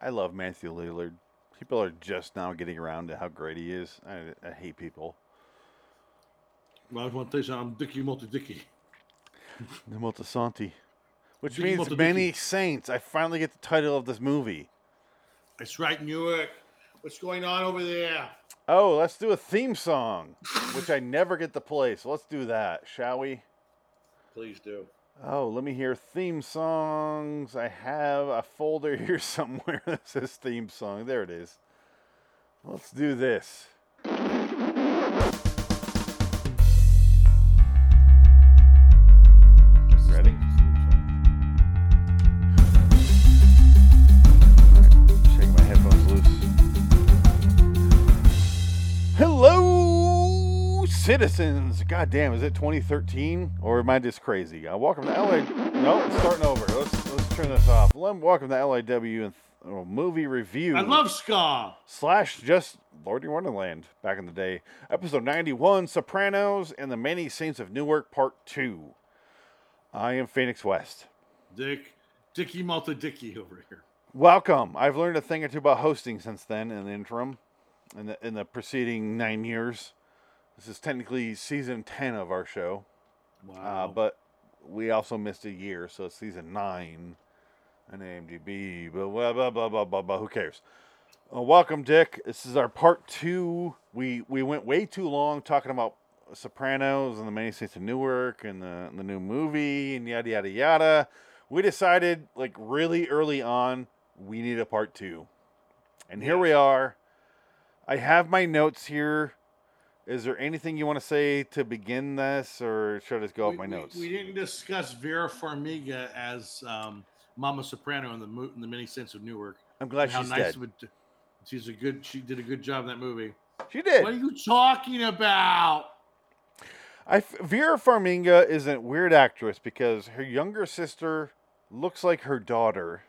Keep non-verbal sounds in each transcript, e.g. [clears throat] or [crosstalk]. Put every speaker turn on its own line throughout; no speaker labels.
I love Matthew Lillard. People are just now getting around to how great he is. I, I hate people.
Maar want deze aan Dickie Motte Dickie.
The Multisanti. Which
Dickie
means
Motte
many
Dickie.
saints. I finally get the title of this movie.
It's right, Newark. What's going on over there?
Oh, let's do a theme song, which I never get to play. So let's do that, shall we?
Please do.
Oh, let me hear theme songs. I have a folder [laughs] here somewhere that says theme song. There it is. Let's do this. Ready? Shake my headphones loose. Hello, citizens. God damn, is it 2013 or am I just crazy? Uh, welcome to LA. No, it's starting over. Let's let's turn this off. Lem- Welcome to LAW and oh, movie review
I love Scar.
slash just Lord of Wonderland back in the day. Episode 91 Sopranos and the Many Saints of Newark Part 2. I am Phoenix West.
Dick. Dickie Motte Dickie over here.
Welcome. I've learned a thing or two about hosting since then in the interim, in the, in the preceding nine years. This is technically season 10 of our show,
Wow.
uh, but we also missed a year, so it's season 9 on AMDB. But blah, blah, blah, blah, blah, blah. Who cares? Uh, welcome, Dick. This is our part two. We we went way too long talking about Sopranos and the Many Saints of Newark and the the new movie and yada yada yada. We decided like really early on we need a part two, and here we are. I have my notes here. Is there anything you want to say to begin this, or should I just go off
we,
my
we-
notes?
We, didn't discuss Vera Farmiga as um, Mama Soprano in the mo- in the many sense of Newark.
I'm glad
how
she's
nice
dead.
it would. She's a good. She did a good job in that movie.
She did.
What are you talking about?
I f- Vera Farminga is a weird actress because her younger sister looks like her daughter.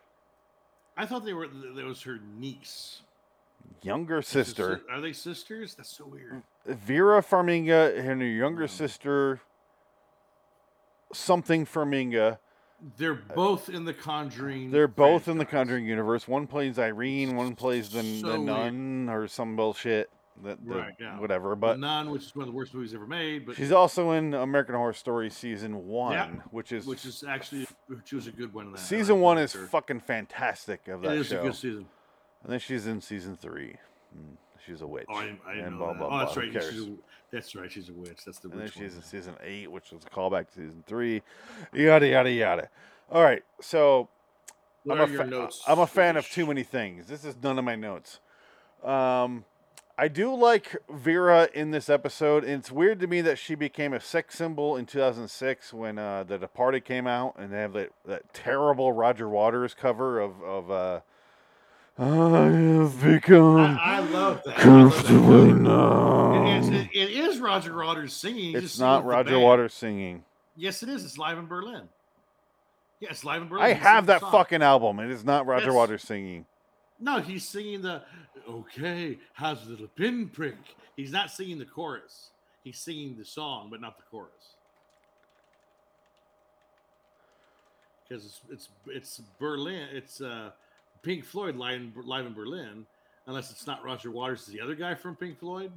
I thought they were. That was her niece.
Younger sister.
Are they sisters? That's so weird.
Vera Farminga and her younger
Yeah.
sister something Farminga.
They're both in the Conjuring.
Uh, They're both in the
franchise.
Conjuring universe. One plays Irene, one plays the,
So
the
weird.
nun or some bullshit. The, the-
Right, yeah.
Whatever.
The
But
Nun, which is one of the worst movies ever made, but
she's also in American Horror Story season one, which is,
which is actually which was a good one. in That I
season
like
one
that
is
character.
fucking fantastic of that
It is
show.
a good season.
And then she's in season three. Mm, She's a witch.
Oh, I, didn't- I didn't
and
know
blah,
that.
blah,
oh, that's
blah. Who
right. She's
cares?
a, that's right. She's a witch. That's the
and then
witch.
she's in
one.
season eight, which was a callback to season three. Yada yada yada. All right, so
What
I'm a
are your
fa-
notes?
I'm a fan of
Sh-
too many things. This is none of my notes. Um, I do like Vera in this episode. And it's weird to me that she became a sex symbol in 2006 when uh, The Departed came out, and they have that, that terrible Roger Waters cover of of uh, I have become
I, I love that. I love that
comfortably
cover. It is,
numb.
it, it is Roger Waters singing. he just
It's
sings
not
with the
Roger
band.
Waters singing.
Yes, it is. It's live in Berlin. Yeah, it's live in Berlin.
I
He sings
have
the
that
song.
fucking album. It is not Roger
Yes.
Waters singing.
No, he's singing the okay, how's the little pinprick? He's not singing the chorus. He's singing the song, but not the chorus. Because it's, it's it's Berlin, it's uh, Pink Floyd live in, live in Berlin, unless it's not Roger Waters, is the other guy from Pink Floyd.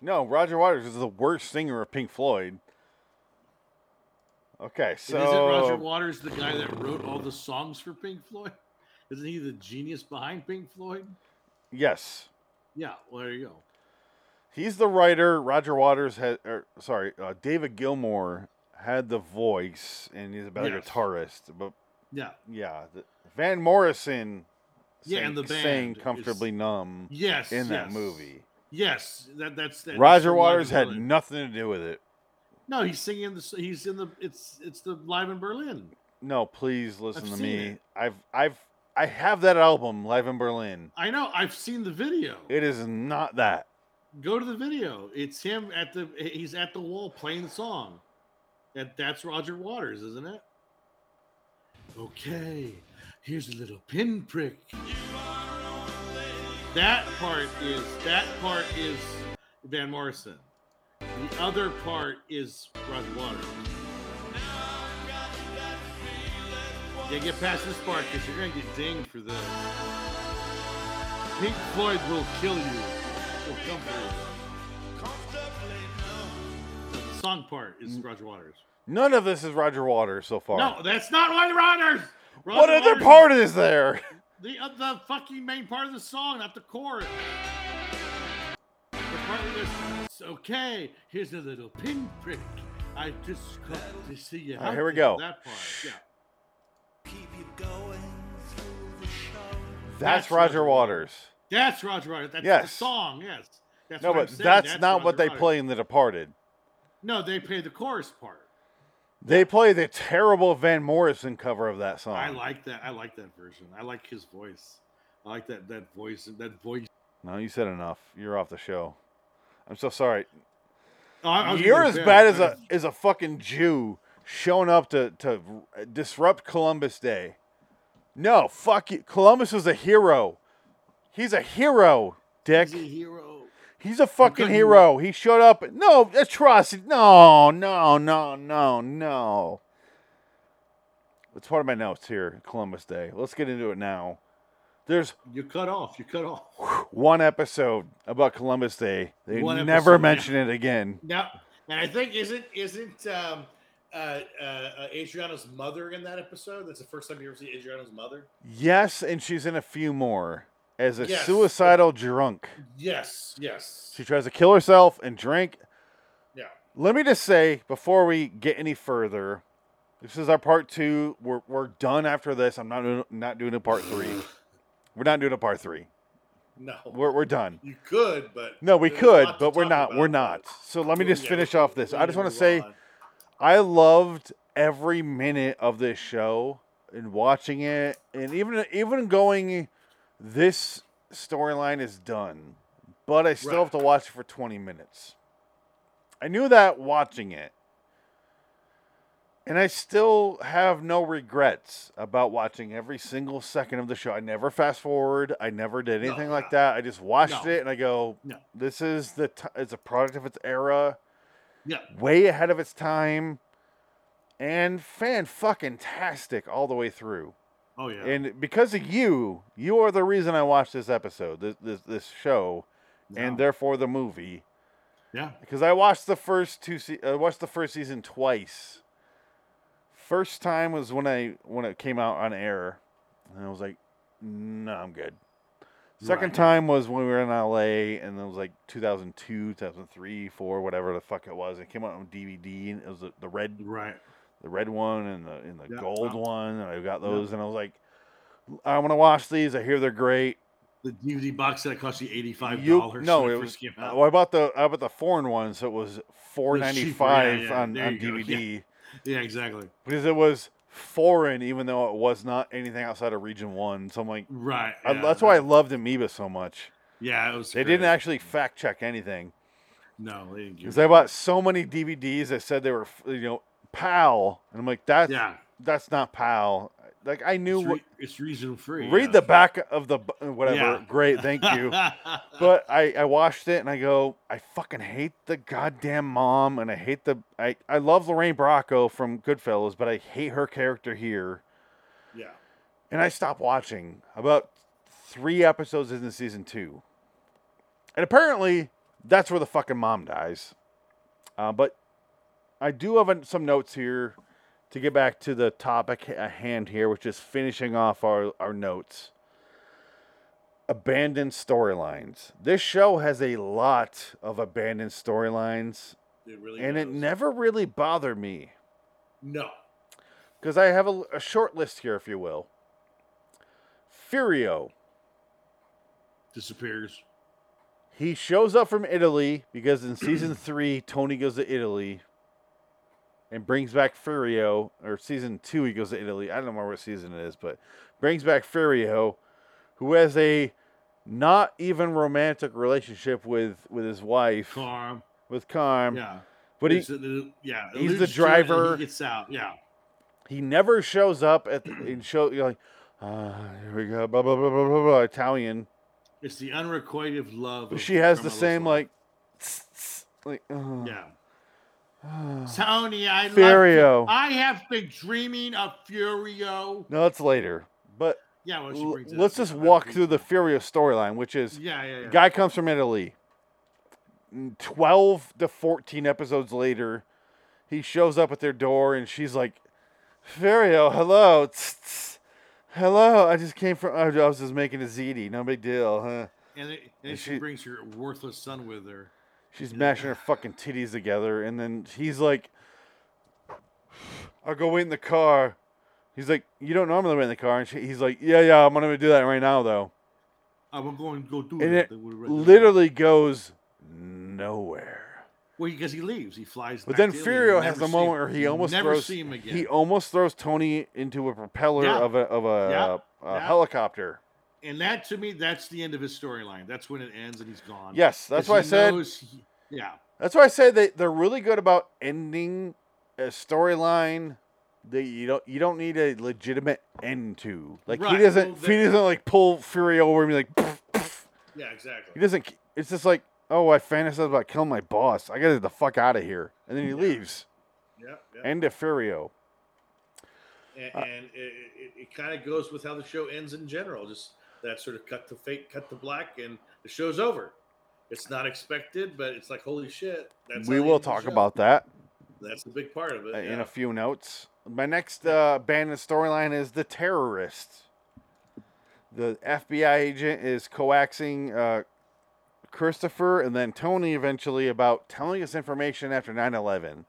No, Roger Waters is the worst singer of Pink Floyd. Okay,
And isn't Roger
so
Waters the guy that wrote all the songs for Pink Floyd? [laughs] Isn't he the genius behind Pink Floyd?
yes,
Yeah, well, there you go.
he's the writer. Roger Waters had, or, sorry, uh, David Gilmour had the voice, and he's a better
Yes.
guitarist. But
Yeah,
yeah, the, Van Morrison,
Yeah,
sang,
and the
sang
band is-
comfortably numb
yes,
in that
yes.
movie.
Yes, that that's that.
Roger Waters had
no.
nothing to do with it.
No, he's singing the. s- He's in the. It's it's the live in Berlin.
No, please listen
I've
to
seen
me.
it.
I've I've I have that album live in Berlin.
I know. I've seen the video.
It is not that.
Go to the video. It's him at the. He's at the wall playing the song. That that's Roger Waters, isn't it? Okay, here's a little pinprick. That part is that part is Van Morrison. The other part is Roger Waters. Yeah, get past this part because you're gonna get dinged for this. Pink Floyd will kill you. Will come for you. The song part is
Mm.
Roger Waters.
None of this is Roger Waters so far.
No, that's not Roger Waters. Roger
Oh. what other
Waters is
part is
[laughs]
there?
The uh, the fucking main part of the song, not the chorus. The part where this, okay, here's a little pinprick. I just got to see you.
All right, here we
out
go.
there. That part, yeah.
That's, Roger Waters.
That's Roger Waters. That's the
Yes.
song. Yes. That's
No,
what I'm
but
saying,
that's, not
Roger
what they
Waters.
play in The Departed.
No, they play the chorus part.
They play the terrible Van Morrison cover of that song.
I like that. I like that version. I like his voice. I like that that voice. That voice.
no, you said enough. You're off the show. I'm so sorry.
Oh, I- I was gonna
You're
go
as bad as
but
a as a fucking Jew showing up to to disrupt Columbus Day. No, fuck you. Columbus was a hero. He's a hero, Dick.
he's a hero.
He's a fucking
cutting you
hero. He showed up. No, atrocity. No, no, no, no, no. It's part of my notes here, Columbus Day. Let's get into it now. There's
You cut off. You cut off.
one episode about Columbus Day. They
One
never
episode, yeah.
mention it again.
Now, and I think isn't isn't um, uh, uh, uh, Adriana's mother in that episode? That's the first time you ever see Adriana's mother.
Yes, and she's in a few more as a
Yes.
suicidal drunk.
Yes. Yes.
She tries to kill herself and drink.
Yeah.
Let me just say before we get any further, this is our part two. We're, we're done after this. I'm not doing, not doing a part three. We're not doing a part three.
No.
We're, we're done.
you could, but
No, we
there's a
could,
lot to
but we're
talk
not.
about,
We're
but Oh,
not. So let me
we
just
never-
finish off this.
we
I just want to
never
say
will.
I loved every minute of this show and watching it, and even even going. This storyline is done, but I still
Right.
have to watch it for twenty minutes. I knew that watching it, and I still have no regrets about watching every single second of the show. I never fast forward. I never did
No,
anything
no.
like that. I just watched
No.
it and I go,
No.
"This is the t- it's a product of its era."
yeah,
way ahead of its time and fan fucking tastic all the way through.
oh yeah,
And because of you, you are the reason I watched this episode, this this, this show, and
Yeah.
therefore the movie.
yeah,
Because I watched the first two, se- I watched the first season twice. First time was when I when it came out on air, and I was like, "No, I'm good." Second
Right.
time was when we were in LA, and it was like 2002, 2003, four, whatever the fuck it was. It came out on DVD, and it was the, the red
right.
the red one and the and the
Yeah,
gold
wow.
one, and I got those, and I was like, "I want to watch these. I hear they're great."
The DVD box set cost you eighty five
You-
dollars.
no,
when
it uh,
it first came out.
Well, I bought the I bought the foreign one, so it was four ninety five
yeah,
on,
there
on
you go, yeah.
DVD
yeah, exactly.
because it was foreign, even though it was not anything outside of Region One. So I'm like,
Right.
I,
yeah,
Uh, that's why I loved Amoeba so much.
Yeah, it was.
They
great.
didn't actually fact check anything
No, they didn't. give
because
a
I
shit.
bought so many DVDs. that said they were, f- you know, PAL, and I'm like, that's
Yeah,
that's not PAL. Like I knew
it's,
what.
re- it's reason free.
Read the back of the bu- whatever.
Yeah. [laughs]
Great, thank you. but I, I watched it and I go, I fucking hate the goddamn mom and I hate the I, I love Lorraine Bracco from Goodfellas, but I hate her character here.
yeah,
And I stopped watching about three episodes into season two. And apparently that's where the fucking mom dies. Uh, but I do have a- some notes here to get back to the topic at hand here, which is finishing off our, our notes. Abandoned storylines. This show has a lot of abandoned storylines,
it really.
and it
does.
never really bothered me
No.
because I have a, a short list here, if you will. Furio.
disappears.
He shows up from Italy because in season three, Tony goes to Italy and brings back Furio. Or season two, he goes to Italy. I don't remember what season it is, but brings back Furio, who has a not even romantic relationship with with his wife,
Car.
with Carm.
Yeah.
Um, But he,
It's a- the- yeah.
he's the
alludes to it and
driver.
He gets out. Yeah.
he never shows up at the, and show you're like, ah, here we go, blah blah blah blah blah blah Italian.
It's the unrequited love. of
She has the
Carmelo's
same
life.
like, like, "Ah." ugh,
Yeah.
[sighs] ugh.
Tony, I love you.
Furio.
I have been dreaming of Furio.
No, it's later. But
Yeah, well, she
L-
brings it
let's
up.
just
Yeah,
walk
brings
through
it
the Furious storyline, which is
up. Yeah, yeah, yeah.
guy comes from Italy. Twelve to fourteen episodes later, he shows up at their door, and she's like, "Furio, hello, tss, tss. hello. I just came from. I was just making a ziti. No big deal, huh?"
and then, and then she,
she-
brings her worthless son with her.
She's mashing her fucking titties together, and then he's like, "I'll go wait in the car." He's like, "You don't normally wait in the car," and she, he's like, "Yeah, yeah, I'm gonna do that right now, though."
"Oh, I'm going to go do
And
it.
it
They would've read the letter.
Literally goes nowhere.
Well, because he leaves, he flies.
But
back
then
to Italy. You
Furio has the
never see
moment
him-
where he
you
almost
never
throws
see him again.
he almost throws Tony into a propeller
Yeah.
of a of a, uh,
Yeah.
a
Yeah.
helicopter.
and that to me, that's the end of his storyline. That's when it ends, and he's gone.
Yes, that's
'Cause
why I
he
said
knows he- yeah,
that's why I said they they're really good about ending a storyline that you don't you don't need a legitimate end to. Like
Right.
he doesn't
Well, they-
he doesn't like pull Fury over and be like "Pff, pff."
yeah,
he
exactly.
doesn't. It's just like oh I fantasize about killing my boss. I gotta get the fuck out of here, and then he
Yeah.
leaves.
Yeah, yeah.
End of Furio.
and,
uh,
and it, it, it kind of goes with how the show ends in general. Just that sort of cut to fake, cut to black, and the show's over. It's not expected, but it's like holy shit. That's
We
how they
will
end the
talk
show.
about that.
That's the big part of it.
uh, in
yeah.
a few notes. My next uh, bandit storyline is the terrorist. The FBI agent is coaxing uh, Christopher and then Tony eventually about telling us information after 9 11.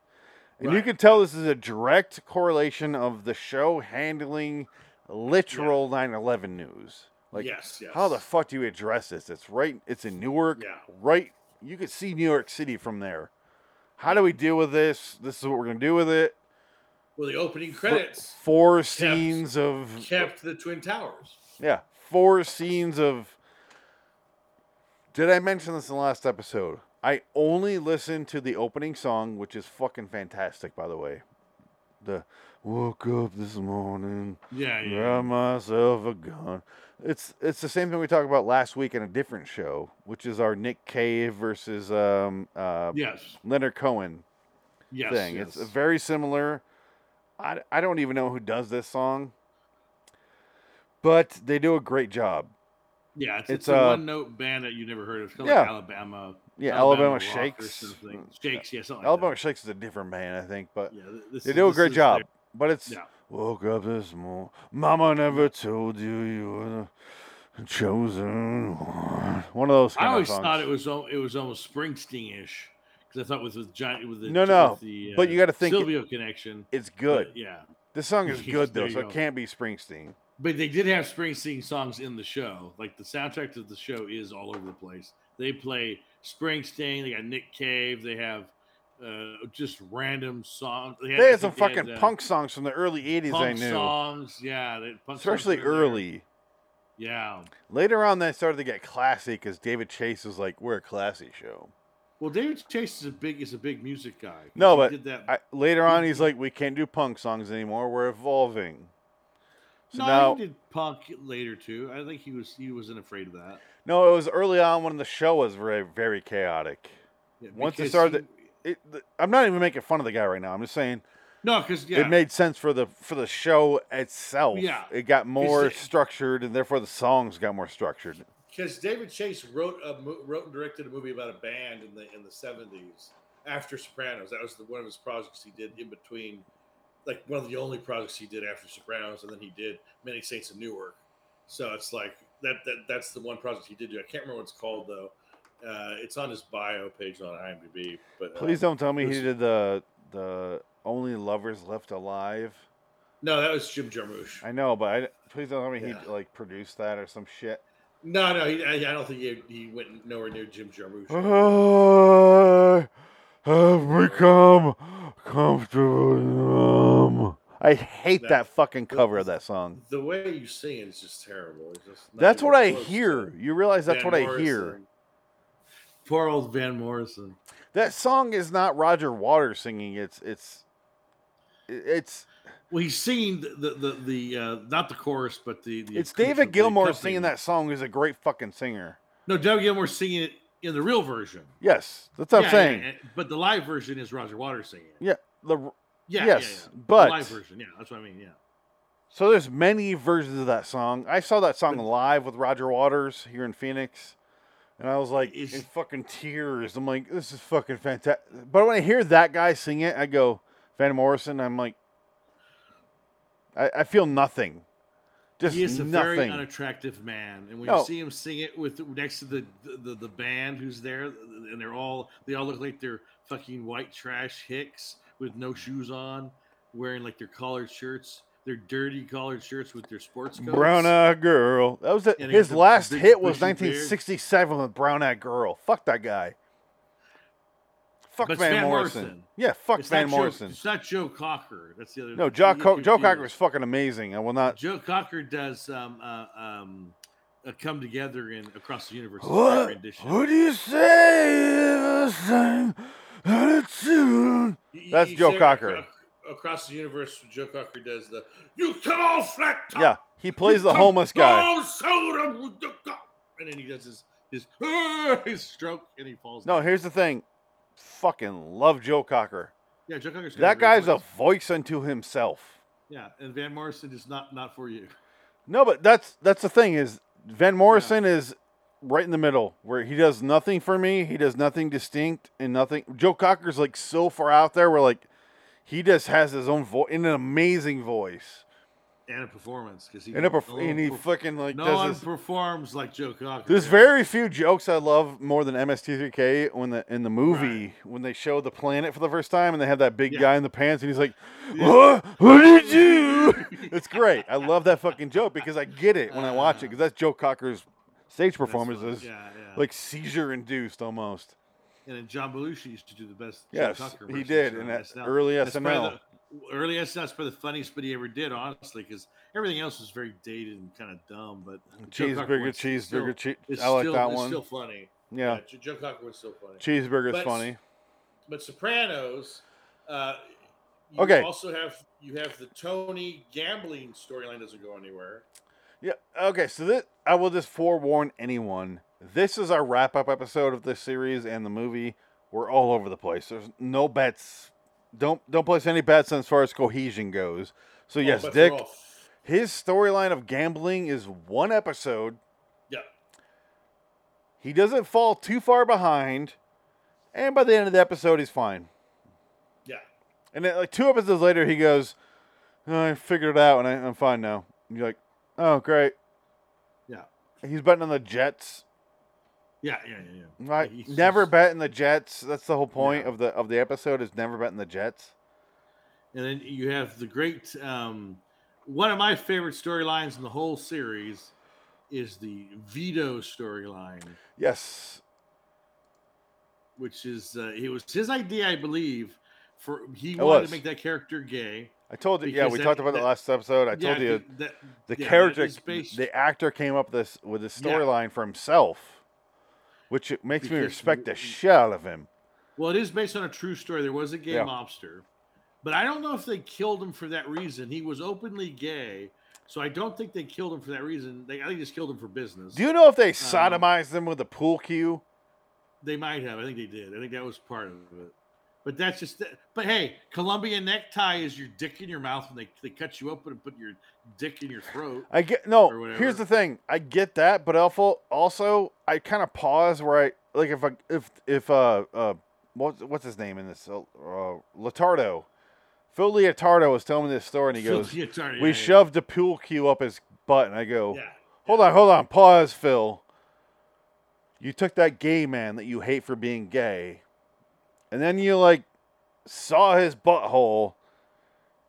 And you
Right.
can tell this is a direct correlation of the show handling literal 9 11 news. Like,
yes, yes.
how the fuck do you address this? It's right, it's in Newark,
Yeah.
right? You could see New York City from there. How do we deal with this? This is what we're going to do with it
well, the opening
fo-
credits
Four scenes of
kept the Twin Towers.
yeah, four scenes of. Did I mention this in the last episode? I only listened to the opening song, which is fucking fantastic, by the way. The woke up this morning,
Yeah,
got myself a gun. It's it's the same thing we talked about last week in a different show, which is our Nick Cave versus um, uh,
Yes,
Leonard Cohen
yes.
thing.
yes.
It's very similar. I, I don't even know who does this song, but they do a great job.
yeah, it's, it's,
it's,
a
uh,
one note band that you never heard of. It's called
Yeah.
like Alabama.
Yeah, Alabama
Alabama, Rock Or
Shakes. Mm,
something. Shakes, yeah, something like
Alabama
that.
Shakes is a different band, I think, but
Yeah, th- this
they
is-
do a
this
great
is
job.
their-
But it's
Yeah.
woke up this morning. Mama never told you you were the chosen one. One of those kind
I always
of songs.
thought it was al- it was almost Springsteen ish because I thought with the giant with the
No,
with
no,
the, uh,
but you gotta think it-
Silvio connection.
it's
but
good.
yeah.
This
[laughs]
song is good
There
though,
you
so
go.
it can't be Springsteen.
But they did have Springsteen songs in the show. Like the soundtrack to the show is all over the place. They play Springsteen. They got Nick Cave. They have uh, just random songs. had-
They
I
had some
think they
fucking
uh,
punk songs from the early '80s. I
punk
knew,
songs. Yeah, they, punk songs
especially
were in there.
early.
Yeah.
Later on, they started to get classy because David Chase was like, "We're a classy show."
Well, David Chase is a big is a big music guy. 'cause
No,
he
but
did that.
I, later on, he's like, "We can't do punk songs anymore. We're evolving." So
no,
now,
he did punk later too. I think he was he wasn't afraid of that.
no, it was early on when the show was very, very chaotic.
Yeah,
Once it
because
started-
he-
It, th- I'm not even making fun of the guy right now. I'm just saying
no, because yeah,
it made sense for the for the show itself.
Yeah.
it got more
the-
structured, and therefore the songs got more structured.
because David Chase wrote a mo- wrote and directed a movie about a band in the in the seventies after Sopranos. That was the, one of his projects he did in between, like one of the only projects he did after Sopranos, and then he did Many Saints of Newark. So it's like that that that's the one project he did do. I can't remember what it's called though. Uh, it's on his bio page on IMDb. But uh,
Please don't tell me he
Listen.
did the the only lovers left alive.
no, that was Jim Jarmusch.
I know, but I, please don't tell me
Yeah.
he like produced that or some shit.
No, no, he, I, I don't think he, he went nowhere near Jim Jarmusch.
Uh-huh. I have become comfortable. in numb. I hate that,
That-
fucking cover of that song.
the way you sing is just terrible. It's just not
That's
even
what I
close to
hear. You realize that's
Van
what I hear.
Morrison. Poor old Van Morrison.
That song is not Roger Waters singing. It's it's it's
Well, he's singing the the the, the uh, not the chorus, but the, the
it's
acoustic-
David
the
Gilmour
accompanying-
singing that song. Who's a great fucking singer.
No, David Gilmour singing it in the real version.
Yes, that's what
Yeah,
I'm
yeah,
saying.
yeah, but the live version is Roger Waters singing. it.
Yeah, the
Yeah, yeah,
yes,
yeah. The
but
live version. Yeah, that's what I mean. Yeah.
So there's many versions of that song. I saw that song live with Roger Waters here in Phoenix, and I was like
It's-
in fucking tears. I'm like, this is fucking fantastic. But when I hear that guy sing it, I go Van Morrison. I'm like, I, I feel nothing. Just
He is a
nothing.
very unattractive man, and when
No.
you see him sing it with next to the, the the band who's there, and they're all they all look like they're fucking white trash hicks with no shoes on, wearing like their collared shirts, their dirty collared shirts with their sports coats.
Brown uh, Eyed Girl. That was it.
And he has
His
a
last
big
hit was
bushy beard.
1967 with Brown Eyed Girl. Fuck that guy. Fuck
But it's
Van,
Van
Morrison.
Morrison.
Yeah, fuck
It's
Van
not Joe-
Morrison.
it's not Joe Cocker. That's the other.
No,
you
Joe,
get
Co- Joe Cocker was
confused.
fucking amazing. I will not.
Joe Cocker does um uh, um uh, come together in across
[gasps]
the universe. is a great
What?
rendition.
What do you say? if I sing out of tune?
You- you-
That's
you
Joe
say
Cocker.
acro- Across the universe, Joe Cocker does the "You come on, flat top."
Yeah, he plays the
Come
homeless guy.
on, soda with the cup." And then he does his his, [laughs] "Ah," his stroke, and he falls.
No,
down.
here's the thing. Fucking love Joe Cocker.
yeah, Joe Cocker's got
That
great
guy's a
voice.
voice unto himself.
yeah, and Van Morrison is not not for you.
No, but that's that's the thing is Van Morrison is right in the middle where he does nothing for me. He does nothing distinct and nothing. Joe Cocker's like so far out there where like he just has his own voice and an amazing voice.
And a performance because he
And, a, perf-
no
and he
one perf-
fucking like
Oh, no one
does this.
performs like Joe Cocker.
There's
man.
very few jokes I love more than MST3K when the in the movie when they show the planet for the first time and they have that big
Yeah.
guy in the pants and he's like,
Yeah.
"What? What did you do?" [laughs] it's great. I love that fucking joke because I get it when I watch it because that's Joe Cocker's stage
Uh. That's fun.
performance is
Yeah, yeah.
like seizure induced almost.
and then John Belushi used to do the best. Joe
Yes,
Cocker
he
versions
did
on
in that
SNL.
early
That's probably
SNL.
the- early SNL is probably the funniest bit he ever did, honestly, because everything else was very dated and kind of dumb. But Joe Cocker
Cheeseburger,
one's still-
cheeseburger, cheese.
It's
I like
still,
that
it's
one.
Still funny.
yeah,
Joe- Joe Cocker was still funny.
cheeseburger's
But s-
funny.
But Sopranos, uh, you
Okay.
Also have you have the Tony gambling storyline doesn't go anywhere.
Yeah. Okay. So this, I will just forewarn anyone. This is our wrap-up episode of this series and the movie. We're all over the place. There's no bets. Don't don't place any bets as far as cohesion goes. So
All
yes,
bets are
Dick.
off.
His storyline of gambling is one episode.
Yeah.
He doesn't fall too far behind, and by the end of the episode, he's fine.
Yeah.
And then, like two episodes later, he goes, "Oh, "I figured it out, and I, I'm fine now." And you're like, "Oh, great."
Yeah.
He's betting on the Jets.
Yeah. Yeah. Yeah. yeah.
Right.
He's
Never
just-
bet in the Jets. That's the whole point
No.
of the of the episode is never bet in the Jets.
And then you have the great um, one of my favorite storylines in the whole series is the veto storyline,
Yes.
which is uh, it was his idea, I believe, for he
It
wanted
was.
to make that character gay.
I told you. Yeah,
Because
we
that-
talked about it
that-
last episode. I told you
that,
the
yeah, that
character,
is based-
the actor came up this with this
Yeah.
storyline for himself, which it makes me
Because
respect
w-
the shit out of him.
well, it is based on a true story. There was a gay
Yeah.
mobster, but I don't know if they killed him for that reason. He was openly gay, so I don't think they killed him for that reason. They I think they just killed him for business.
Do you know if they sodomized him with a pool cue?
They might have. I think they did. I think that was part of it. But that's just. The, but hey, Colombian necktie is your dick in your mouth, and they, they cut you open and put your dick in your throat.
I get no.
Or whatever.
Here's the thing. I get that, but also, also I kind of pause where I like if I if if uh uh what's what's his name in this uh, uh Letardo, Phil Leotardo was telling me this story and he
[laughs] So,
goes,
yeah, sorry,
"We
yeah, yeah,
shoved a pool cue up his butt," and I go,
Yeah.
"Hold on, hold on, pause, Phil. You took that gay man that you hate for being gay, and then you like saw his butthole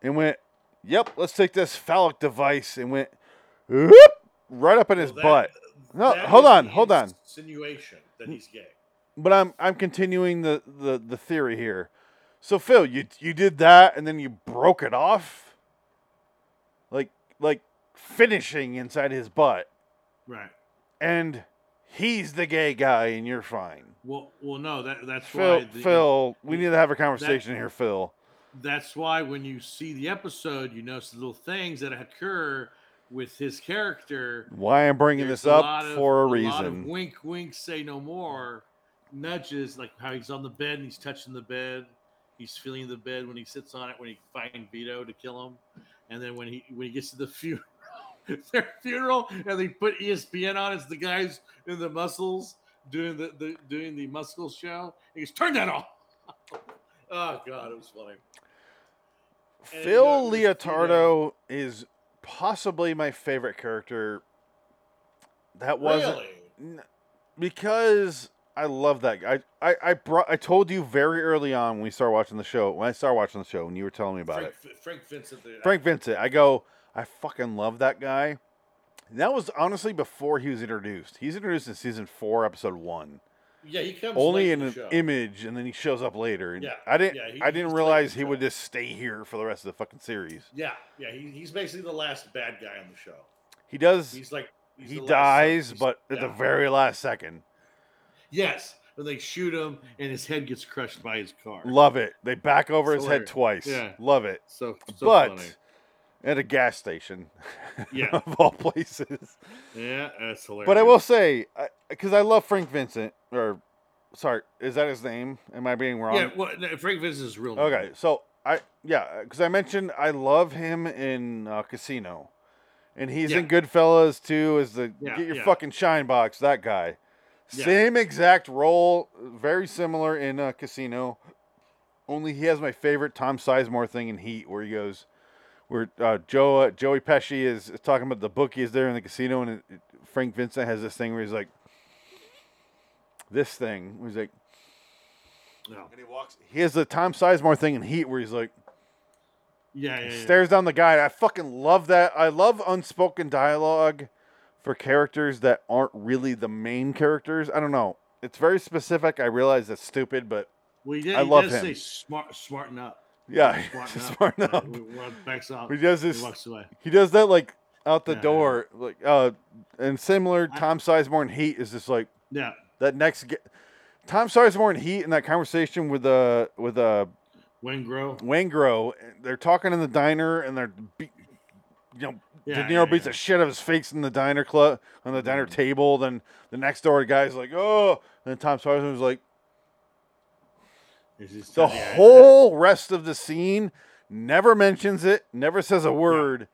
and went, "Yep, let's take this phallic device," and went whoop, right up in his
Well, that-
butt. No,
that
hold
is
on,
the
hold on.
Insinuation that he's gay.
But I'm I'm continuing the the, the theory here. So Phil, you you did that and then you broke it off, like like finishing inside his butt,
Right.
and he's the gay guy, and you're fine.
Well, well, no. That that's
Phil,
why. The,
Phil, we need to have a conversation here, Phil.
That's why when you see the episode, you notice the little things that occur with his character.
Why I'm bringing
There's
this up
lot of-
for a
lot of
reason.
wink, wink, say no more. Nudges like how he's on the bed and he's touching the bed. He's feeling the bed when he sits on it when he find Vito to kill him. And then when he when he gets to the [laughs] funeral, their funeral, and they put E ESPN on, it's the guys in the muscles doing the, the doing the muscle show. He goes, "Turn that off." [laughs] oh God, it was funny. And
Phil
you know,
Leotardo is possibly my favorite character. That wasn't
Really?
N- because I love that guy. I, I, I brought I told you very early on when we started watching the show when I started watching the show when you were telling me about
Frank,
it.
F- Frank Vincent. The,
Frank Vincent. I go, I fucking love that guy. And that was honestly before he was introduced. He's introduced in season four, episode one.
Yeah, he comes
Only
late
in
to the
an
show.
image, and then he shows up later. And
Yeah,
I didn't.
yeah, he-
I
he's
didn't
late to
realize
the
he would
show.
just stay here for the rest of the fucking series.
yeah, yeah, he, he's basically the last bad guy on the show.
He does.
He's like he's
he
the last-
dies,
he's-
but at the
yeah.
very last second.
yes, when they shoot him and his head gets crushed by his car.
Love it. They back over
It's
his head
hilarious.
twice.
Yeah.
Love it.
so, so
but [laughs]
funny.
at a gas station
yeah,
[laughs] of all places.
yeah, that's hilarious.
But I will say, because I, love Frank Vincent, or sorry, is that his name? Am I being wrong?
Yeah, well, no, Frank Vincent's real. name.
um, Okay, so I yeah, because I mentioned I love him in uh, Casino, and he's in Goodfellas too. As the
Yeah,
get your
yeah.
fucking shine box, that guy.
Yeah.
Same exact role, very similar in uh, Casino. Only he has my favorite Tom Sizemore thing in Heat, where he goes, where uh, Joe uh, Joey Pesci is talking about the bookie is there in the casino, and it- Frank Vincent has this thing where he's like, this thing. He's like,
No.
and he walks. He has the Tom Sizemore thing in Heat, where he's like.
Yeah, yeah,
He
yeah.
stares down the guy. I fucking love that. I love unspoken dialogue for characters that aren't really the main characters. I don't know. It's very specific. I realize that's stupid, but
Well, he did,
I
he
love
does
him.
say smart, smarten up.
yeah, [laughs]
smarten up.
smarten
Yeah,
up.
we- we- backs off.
He does
He
this.
walks away.
He does that like out the
Yeah.
door, like uh, and similar.
I-
Tom Sizemore and Heat is just like
Yeah,
that next. Ge- Tom Sizemore and Heat in that conversation with uh with uh
Wayne Grow.
Wangro, they're talking in the diner and they're, be- you know,
Yeah,
De Niro
yeah,
beats
yeah. Mm-hmm.
the shit out of his face in the diner club on the diner table. Then the next door guy's like, oh, and then Tom Sawyer's was like,
It's just-
the
yeah, yeah.
whole rest of the scene never mentions it, never says a word.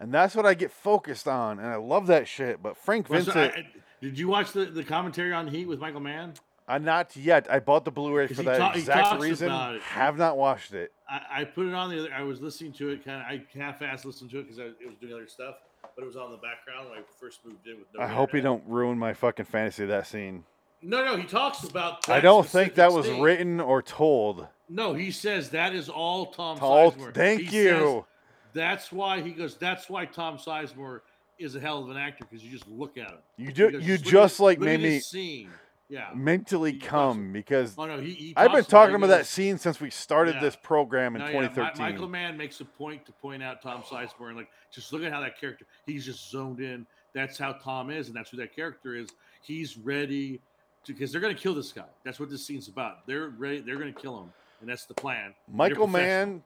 And that's what I get focused on, and I love that shit. But Frank
Well, so
Vincent,
I- I- did you watch the, the commentary on Heat with Michael Mann?
I, am not yet. I bought the Blu-ray
'Cause
for
he
that
ta- he
exact
talks
reason.
about it.
Have not watched it.
I, I put it on the other. I was listening to it, kind of. I half-ass listened to it because I it was doing other stuff, but it was on in the background when I first moved in with. No
I hope you
internet.
don't ruin my fucking fantasy of that scene.
No, no, he talks about.
I
that
don't think that
specific
was
scene.
written or told.
No, he says that is all Tom.
Tall,
Sizemore.
thank
He says
you.
that's why he goes. That's why Tom Sizemore is a hell of an actor because you just look at him.
You
He
do,
goes,
you
look at
just
this-
like
look at
made me
this scene. Yeah.
mentally
He talks-
come because
Oh no, he. he
I've been
talks about it,
talking
he
about that
goes-
scene since we started
Yeah.
this program in
No, yeah, Mi-
2013.
Michael Mann makes a point to point out Tom Sizemore and like just look at how that character he's just zoned in. That's how Tom is, and that's who that character is. He's ready to because they're gonna kill this guy. That's what this scene's about. They're ready, they're gonna kill him, and that's the plan.
Michael
professional.
Mann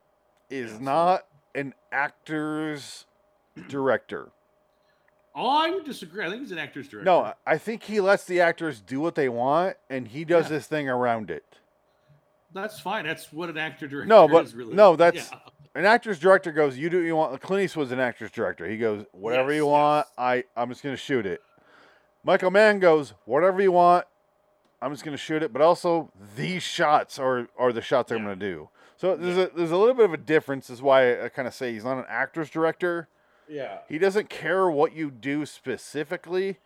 is
Yeah, so-
not an
[clears throat]
actor's director.
Oh, I would disagree. I think he's an actor's director.
No, I- I think he lets the actors do what they want, and he does
Yeah.
this thing around it.
that's fine. That's what an actor director
No, but-
is really.
no, that's-
yeah.
An actor's director goes, "You do what you want." Clint Eastwood's an actor's director. He goes, "Whatever
Yes,
you want,
yes.
I I'm just gonna shoot it." Michael Mann goes, "Whatever you want, I'm just gonna shoot it." But also, these shots are are the shots I'm
Yeah.
gonna do. So there's a there's a little bit of a difference. Is why I, kind of say he's not an actor's director.
yeah.
He doesn't care what you do specifically,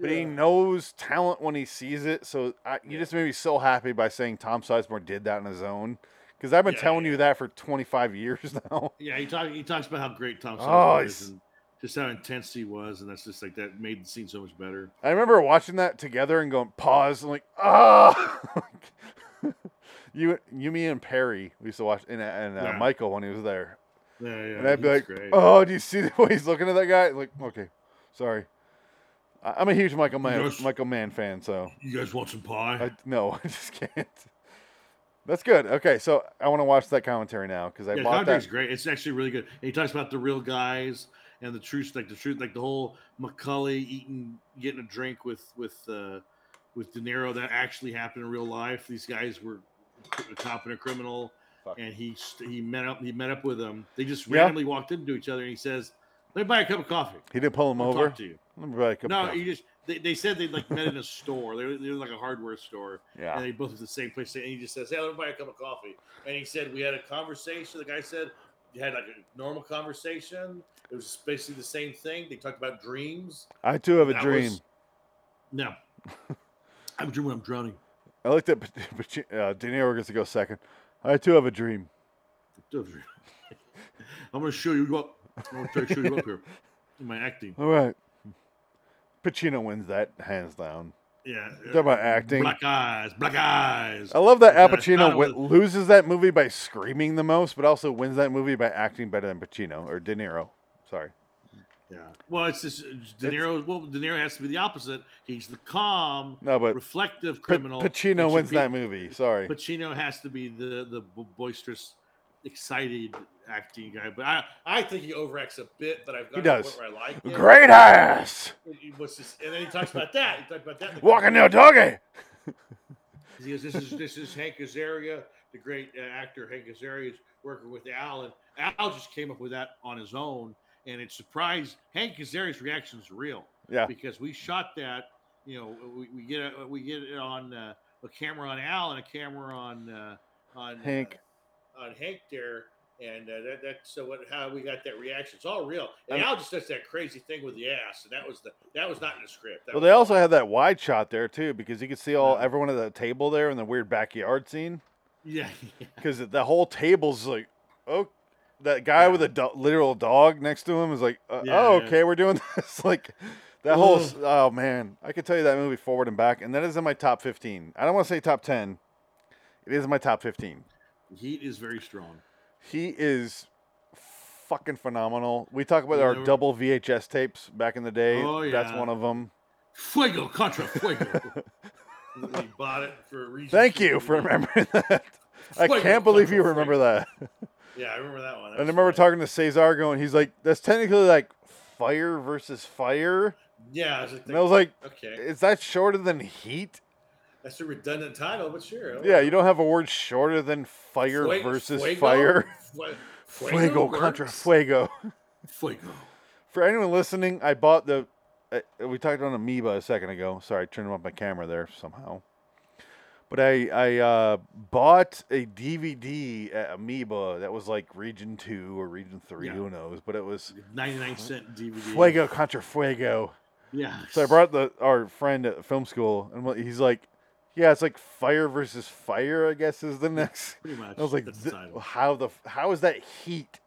but he
Yeah.
knows talent when he sees it. So I, you
Yeah.
just made me so happy by saying Tom Sizemore did that on his own. Because I've been
Yeah,
telling
yeah.
you that for 25 years [laughs] now.
Yeah, he talks. He talks about how great Tom
Oh,
Sizemore is
he's-
and just how intense he was, and that's just like that made the scene so much better.
I remember watching that together and going pause and like ah, [laughs] you you me and Perry we used to watch and, and uh,
Yeah.
Michael when he was there
Yeah, yeah.
and I'd be
he's
like
great.
oh do you see the way he's looking at that guy like okay sorry I, I'm a huge Michael Mann
Yes.
Michael Mann fan so
You guys want some pie?
I no [laughs] I just can't that's good okay so I want to watch that commentary now because I
yeah,
bought
Conjuring's
that
great. It's actually really good. And he talks about the real guys and the truth, like the truth, like the whole McCully eating, getting a drink with with uh, with De Niro. That actually happened in real life. These guys were a cop and a criminal,
Fuck.
and he st- he met up he met up with them. They just
Yeah.
randomly walked into each other, and he says, "Let me buy a cup of coffee.
He didn't pull him
I'll
over.
Talk to you."
Let me buy a cup of
no,
coffee.
you just they, they said they like met in a store. They were, they were like a hardware store,
yeah.
[laughs] and they both at the same place. And he just says, "Hey, let me buy a cup of coffee." And he said, "We had a conversation." The guy said, "You had like a normal conversation. It was basically the same thing. They talked about dreams."
I too have a
That
dream.
was-
[laughs]
No, I'm dreaming. I'm drowning.
I looked at [laughs] Pac- Pac- uh, De Niro gets to go second. I too have a dream.
I'm [laughs] going to show you up. I'm going to try to show you up here in my
[laughs]
acting.
All right. Pacino wins that hands down.
Yeah.
Talk about acting. Oh.
Black eyes, black eyes.
I love that Al
Yeah, it's not
Pacino
a
wi-
little-
loses that movie by screaming the most, but also wins that movie by acting better than Pacino or De Niro. Sorry.
Yeah. Well, it's just uh, De Niro. Well, De Niro has to be the opposite. He's the calm,
No, but
reflective
Pa-
criminal. It
Pacino
should
wins
be-
that movie. Sorry.
Pacino has to be the the bo- boisterous, excited acting guy. But I I think he overacts a bit. But I've got
He
to the
does.
point where I like him.
Great ass.
He was just- and then he talks about that. He talks about that. in the
Walking no doggy.
He goes, "This is this is Hank Azaria, the great uh, actor Hank Azaria is working with Al, and Al just came up with that on his own, and it surprised Hank Azaria's reaction is real.
Yeah.
because we shot that. You know, we, we get a, we get it on uh, a camera on Al and a camera on uh, on uh,
Hank.
on Hank there, and uh, that that's so what how we got that reaction. It's all real, and
And-
Al just does that crazy thing with the ass, and that was the that was not in the script. That
Well,
was
they also had that wide shot there too, because you could see all
Yeah.
everyone at that table there in the weird backyard scene. [laughs]
yeah, yeah.
because the whole table's like, oh, that guy
Yeah.
with a do- literal dog next to him is like, uh,
Yeah,
oh,
yeah.
okay, we're doing [laughs] this. like that whole, s-
Ugh.
oh man, I could tell you that movie forward and back, and that is in my top fifteen. I don't want to say top ten, it is in my top fifteen.
Heat is very strong.
He is fucking phenomenal. We talk about our
Yeah.
double VHS tapes back in the day.
Oh,
That's
yeah.
one of them.
Fuego contra fuego. [laughs] we bought it for a reason.
Thank you
[laughs]
for remembering that. I
Fuego
can't believe
contra
you remember
fuego.
that.
Yeah, I remember that one.
And
That
I
was
remember
funny.
talking to Cesar going, he's like, that's technically like fire versus fire.
Yeah, I was like,
And I was like,
okay,
is that shorter than heat?
that's a redundant title, but sure.
Yeah, you don't have a word shorter than fire
Fue-
versus
fuego?
fire.
Fue-
[laughs] Fuego, contra
works.
fuego.
fuego.
For anyone listening, I bought the. Uh, we talked on Amoeba a second ago. Sorry, I turned off my camera there somehow. But I I uh, bought a DVD at Amoeba that was like Region Two or Region Three,
Yeah.
who knows? But it was
Ninety-nine cent DVD.
Fuego contra Fuego.
Yeah.
So I brought the our friend at film school, and what- he's like, "Yeah, it's like fire versus fire. I guess is the
[laughs]
next."
Pretty much.
I was like,
that's the
"Th-
title.
"How the f- how is that heat?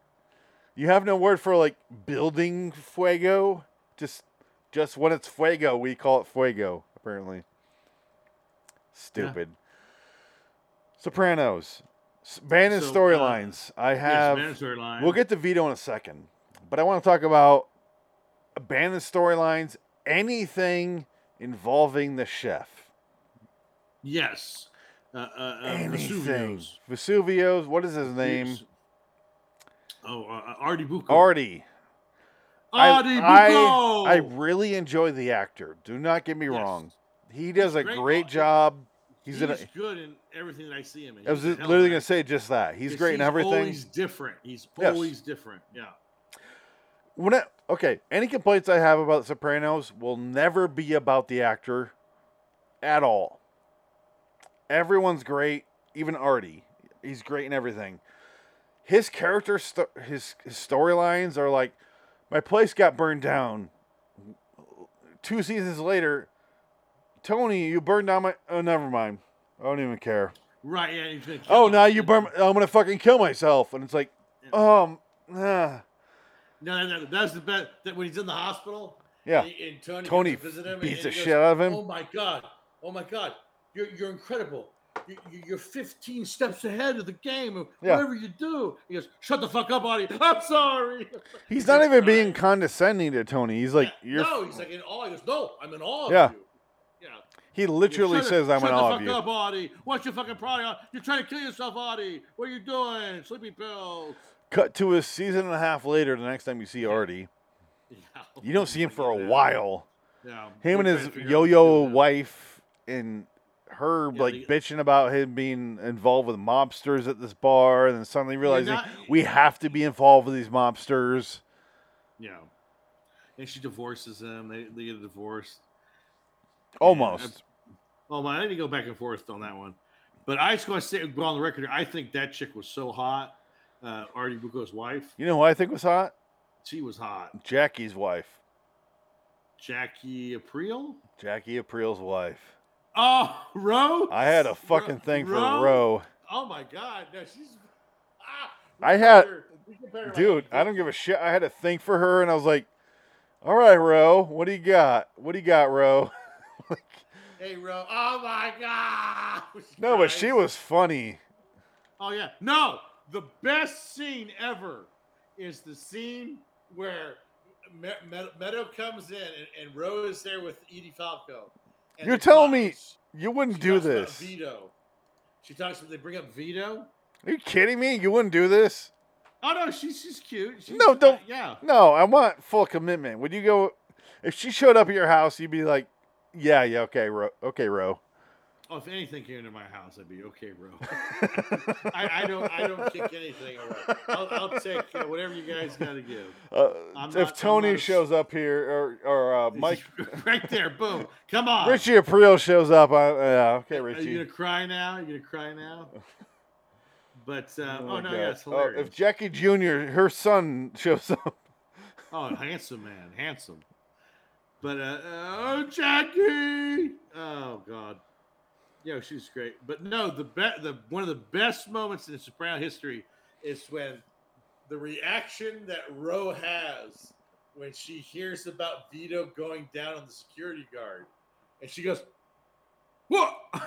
You have no word for like building fuego. Just just when it's fuego, we call it fuego. Apparently, stupid. Sopranos, S- Bannon's
So, uh,
storylines. I have.
yes, mandatory line.
We'll get to veto in a second, but I want to talk about abandoned storylines, anything involving the chef,
Yes. Uh, uh, uh,
anything.
Vesuvius.
Vesuvius, what is his name?
Yes. Oh, uh, uh, Artie Bucco.
Artie. I-
Artie
I,
Bucco.
I really enjoy the actor. Do not get me
Oh. Yes.
wrong. He does a
great.
great, job. He's
He's,
in. A,
good in everything that I see him in.
I was
He's a
just
hell of
literally
an
gonna
actor.
say just that. He's
'Cause
great in everything.
Always different. He's
Yes.
always different. Yeah.
when I, okay, any complaints I have about Sopranos will never be about the actor at all. Everyone's great, even Artie. He's great in everything. His character, sto- his, his storylines are like, my place got burned down. Two seasons later, Tony, you burned down my. Oh, never mind. I don't even care.
Right. Yeah. He's gonna kill
Oh,
him.
now you burn. I'm gonna fucking kill myself, and it's like, um, ah.
No, no, no, that's the best. That when he's in the hospital.
Yeah.
And, and Tony,
Tony
comes to visit him and-
beats
and
the
he goes,
shit out of him.
Oh my god! Oh my god! You're you're incredible. You- you- You're 15 steps ahead of the game. of
Yeah.
Whatever you do, he goes, "Shut the fuck up, Artie. I'm sorry."
He's not even being
Right.
condescending to Tony. He's
[laughs]
like,
Yeah,
you're.
no, he's like in awe. He goes, "No, I'm in awe
Yeah.
of you." Yeah.
he literally
Shut it-
says, "I'm
shut
in
the
awe
fuck
of you."
up, Artie. What's your fucking problem? You're trying to kill yourself, Artie. What are you doing? Sleepy pills. [laughs]
Cut to a season and a half later. The next time you see Artie,
Yeah.
you don't see him for a
Yeah.
while.
Yeah.
Him and
They're
his
trying to figure out what to
yo-yo
do now.
wife and her
Yeah,
like
the-
bitching about him being involved with mobsters at this bar, and then suddenly realizing
not-
we have to be involved with these mobsters.
you know. And she divorces him. They, they get a divorce.
Almost.
Oh my! I need to go back and forth on that one, but I just want to say go on the record. here, I think that chick was so hot. Uh, Artie Bucco's wife,
You know who I think was hot?
she was hot.
Jackie's wife.
Jackie Aprile.
Jackie April's wife.
Oh, Roe.
I had a fucking thing for Roe.
Oh my God! No, she's. Ah, we
I
compare
had-
her- we compare her like-
Dude, I don't give a shit. I had a thing for her, and I was like, all right, Roe, what do you got? What do you got, Roe?
Hey, Roe. Oh my God!
[laughs]
[laughs]
No, but she
Christ.
was funny.
Oh yeah. No, the best scene ever is the scene where Me- Me- Meadow comes in and, and Roe is there with Edie Falco. And
You're
they
telling me-
talk-
You wouldn't
she
do
talks about
this. Are
Vito. She talks. They bring up Vito.
you kidding me? You wouldn't do this?
Oh no, she's she's cute. She's,
No, don't-
yeah.
No, I want full commitment. Would you go if she showed up at your house? You'd be like, yeah, yeah, okay, Ro, okay, Ro.
Oh, if anything came to my house, I'd be okay, Roe. [laughs] I, I don't. I don't kick anything. All right. I'll, I'll take uh, whatever you guys got to give.
Uh,
I'm
if
not- I'm
Tony
not a-
shows up here, or or uh, Mike
[laughs] right there. Boom. Come on.
Richie Aprile shows up, I, uh, okay,
Are
Richie.
you gonna cry now? Are you gonna
[laughs]
cry now? But uh, oh,
my
no,
God.
yeah, it's
Oh,
hilarious.
if Jackie Jr. her son shows up,
Oh, handsome man, handsome. But uh, uh, oh, Jackie! Oh God, yo, she's great. But no, the be- the one of the best moments in Soprano history is when the reaction that Roe has when she hears about Vito going down on the security guard, and she goes, "What?" [laughs]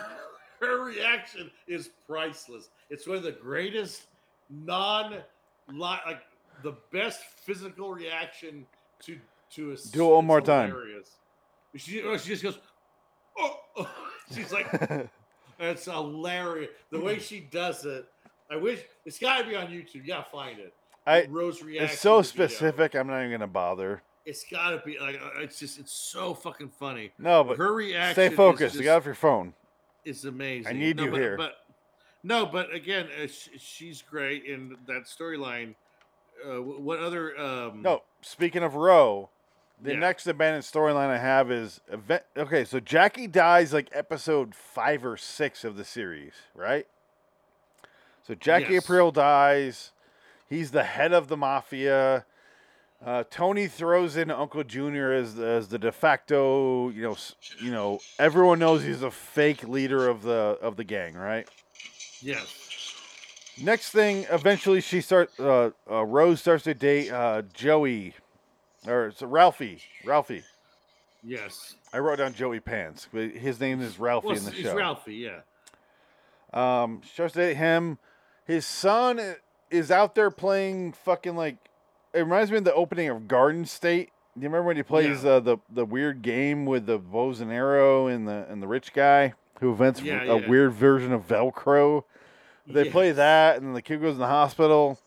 Her reaction is priceless. It's one of the greatest non like the best physical reaction to to a
Do it one more time.
hilarious. She oh, she just goes, "Oh!" [laughs] She's like,
[laughs]
it's hilarious. The way she does it, I wish it's got to be on YouTube. You gotta find it.
I
Rose reaction. uh,
it's so
to Vito.
specific. I'm not even gonna bother.
It's gotta be like uh, it's just it's so fucking funny.
No, but
Her reaction.
stay focused.
Is
you
just,
got off your phone.
it's amazing.
need
no,
you
but,
here.
But no, but again, uh, sh- she's great in that storyline. Uh, wh- what other? Um,
No, speaking of Roe, the
Yeah.
next abandoned storyline I have is event. Okay, so Jackie dies like episode five or six of the series, right? So Jackie
Yes.
Aprile dies. He's the head of the mafia. Uh, Tony throws in Uncle Junior as the, as the de facto, you know, s- you know, everyone knows he's a fake leader of the of the gang, right?
Yes.
Next thing, eventually she starts. Uh, uh, Rose starts to date uh, Joey, or it's Ralphie. Ralphie.
Yes.
I wrote down Joey Pants, but his name is Ralphie
Well,
in the
it's
show.
Ralphie. Yeah.
Um, she starts to date him. His son i- is out there playing fucking like. It reminds me of the opening of Garden State. Do you remember when he plays
Yeah.
uh, the the weird game with the bows and arrow and the and the rich guy who invents
Yeah,
a
yeah.
weird version of Velcro? They
Yes.
play that, and the kid goes in the hospital.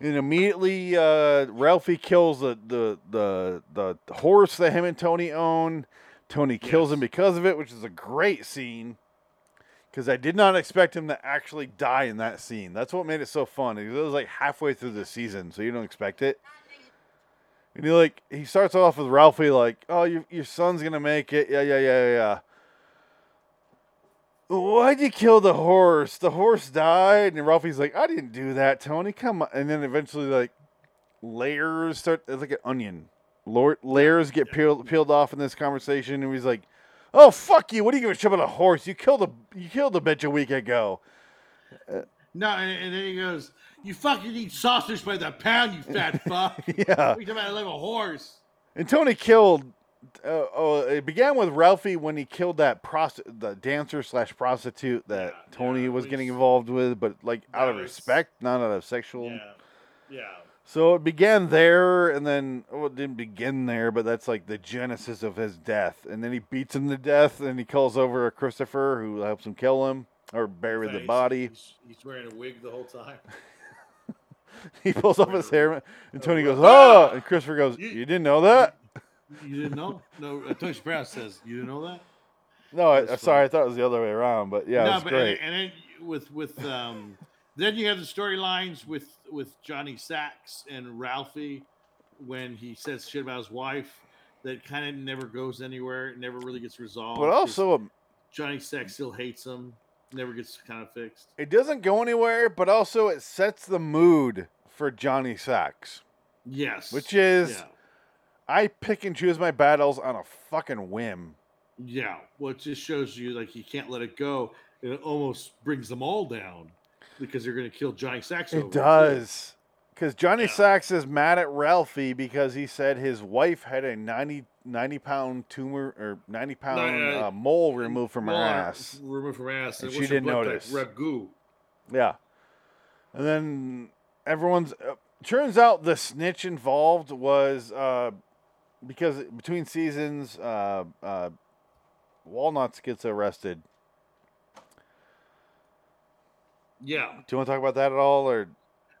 And immediately, uh, Ralphie kills the, the the the horse that him and Tony own. Tony kills
Yes.
him because of it, which is a great scene. Because I did not expect him to actually die in that scene. That's what made it so fun. It was like halfway through the season, so you don't expect it. And he like he starts off with Ralphie like, "Oh, your your son's gonna make it." Yeah, yeah, yeah, yeah, yeah. Why'd you kill the horse? The horse died, and Ralphie's like, "I didn't do that, Tony. Come on." And then eventually, like layers start. It's like an onion. Lor- layers get peeled peeled off in this conversation, and he's like, "Oh fuck you! What do you give a shit about a horse? You killed a you killed a bitch a week ago."
No, and, and then he goes, "You fucking eat sausage by the pound, you
[laughs]
fat fuck."
Yeah.
We talking about like a horse.
And Tony killed. Uh, oh, it began with Ralphie when he killed that prosti- the dancer slash prostitute that
Yeah,
Tony
yeah,
was
we
getting
s-
involved with, but like out of
That was-
respect, not out of sexual.
Yeah.
So it began there, and then well, it didn't begin there, but that's like the genesis of his death. And then he beats him to death, and he calls over Christopher, who helps him kill him or bury the
He's-
body.
He's, he's wearing a wig the whole [laughs] time.
[laughs] He pulls off his hair, and Tony goes,
Ah!
"Oh!" And Christopher goes,
You-
"You didn't know that."
You didn't know? No, uh, Tony Soprano says you didn't know that.
No, I,
That's
I'm sorry. I thought it was the other way around, but yeah,
no,
it's
but
great.
And, and then with with um, then you have the storylines with with Johnny Sacks and Ralphie when he says shit about his wife that kind of never goes anywhere. It never really gets resolved.
but
'cause
also, um,
Johnny Sacks still hates him. Never gets kind of fixed.
it doesn't go anywhere, but also it sets the mood for Johnny Sacks,
Yes,
which is
yeah,
I pick and choose my battles on a fucking whim.
yeah. Well, it just shows you like you can't let it go. and It almost brings them all down because they're going to kill Johnny Sacks. over
It
too.
does. Because Johnny
Yeah.
Sacks is mad at Ralphie because he said his wife had a 90, 90 pound tumor or 90 pound
no,
uh, mole removed from her
Well,
ass.
Removed from her ass.
And
What's
she
her
didn't
blood
notice.
Type? Ragu.
Yeah. And then everyone's. Uh, turns out the snitch involved was uh, because between seasons, uh, uh, Walnuts gets arrested.
Yeah.
Do you want to talk about that at all? Or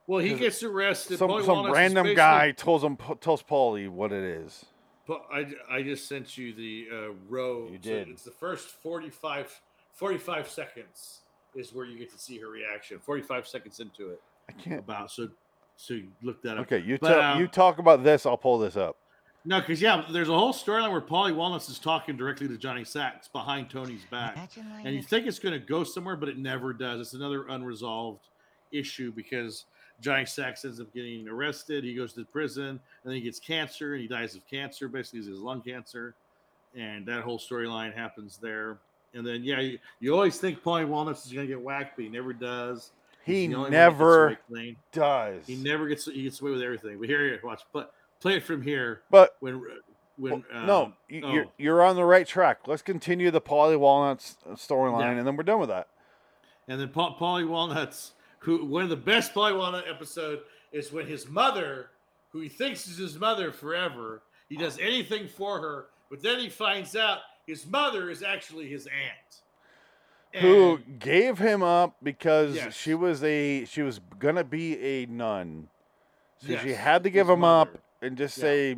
Well, he
'Cause
gets arrested.
some,
Paulie
some
Walnuts is
random
basically-
guy tells, him, tells Paulie what it is.
Pa- I, I just sent you the uh, row.
You
So
did.
it's the first 45, 45 seconds is where you get to see her reaction. 45 seconds into it.
I can't.
about. So, so you look that up.
Okay, you
But,
tell
uh,
you talk about this. I'll pull this up.
No, because yeah, there's a whole storyline where Paulie Walnuts is talking directly to Johnny Sacks behind Tony's back, and you think it's going to go somewhere, but it never does. It's another unresolved issue because Johnny Sacks ends up getting arrested. He goes to prison, and then he gets cancer, and he dies of cancer. Basically, it's his lung cancer, and that whole storyline happens there. And then yeah, you, you always think Paulie Walnuts is going to get whacked, but he never does. He's
He
the only one that gets
never
away clean.
does.
He never gets he gets away with everything. But here, here watch, but play it from here
but
when uh, when
well, no,
um,
you,
oh.
you're you're on the right track. Let's continue the Polly Walnuts storyline,
Yeah.
and then we're done with that.
and then Paul, Paulie Walnuts, who one of the best Paulie Walnut episode is when his mother, who he thinks is his mother forever, he does anything for her, but then he finds out his mother is actually his aunt.
Who
And-
gave him up because
Yes.
she was a she was gonna be a nun, so she
Yes,
had to give
his
him up
mother.
and just
Yeah.
say,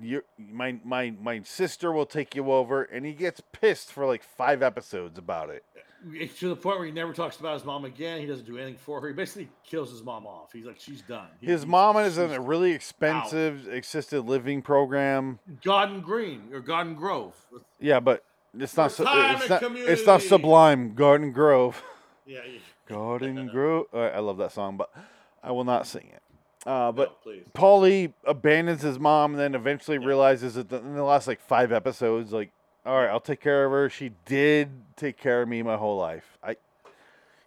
"You, my my my sister will take you over," and he gets pissed for like five episodes about it.
It's to the point where he never talks about his mom again. He doesn't do anything for her. He basically kills his mom off. He's like, she's done. He-
His
he's-
mom is in
she's
a really expensive assisted living program.
Garden Green or Garden Grove.
Yeah, but it's not. Su- it's
Retirement
not. It's not
community.
Sublime Garden Grove. [laughs]
Yeah. yeah. [laughs]
Garden Grove. All right, I love that song, but I will not sing it. Uh, but
No, please.
Paulie abandons his mom, and then eventually realizes that the, in the last like five episodes, like, all right, I'll take care of her. She did take care of me my whole life. I.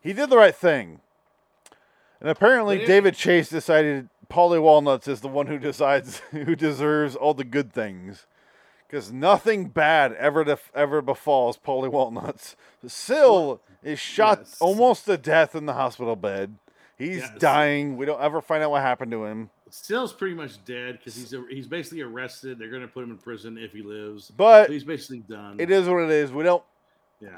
He did the right thing. And apparently,
But it-
David Chase decided Paulie Walnuts is the one who decides [laughs] who deserves all the good things, because nothing bad ever def- ever befalls Paulie Walnuts. Syl is shot
Yes.
almost to death in the hospital bed. He's
Yes.
dying. We don't ever find out what happened to him.
Still's pretty much dead because he's he's basically arrested. They're going to put him in prison if he lives.
But
So he's basically done.
it is what it is. We don't.
Yeah.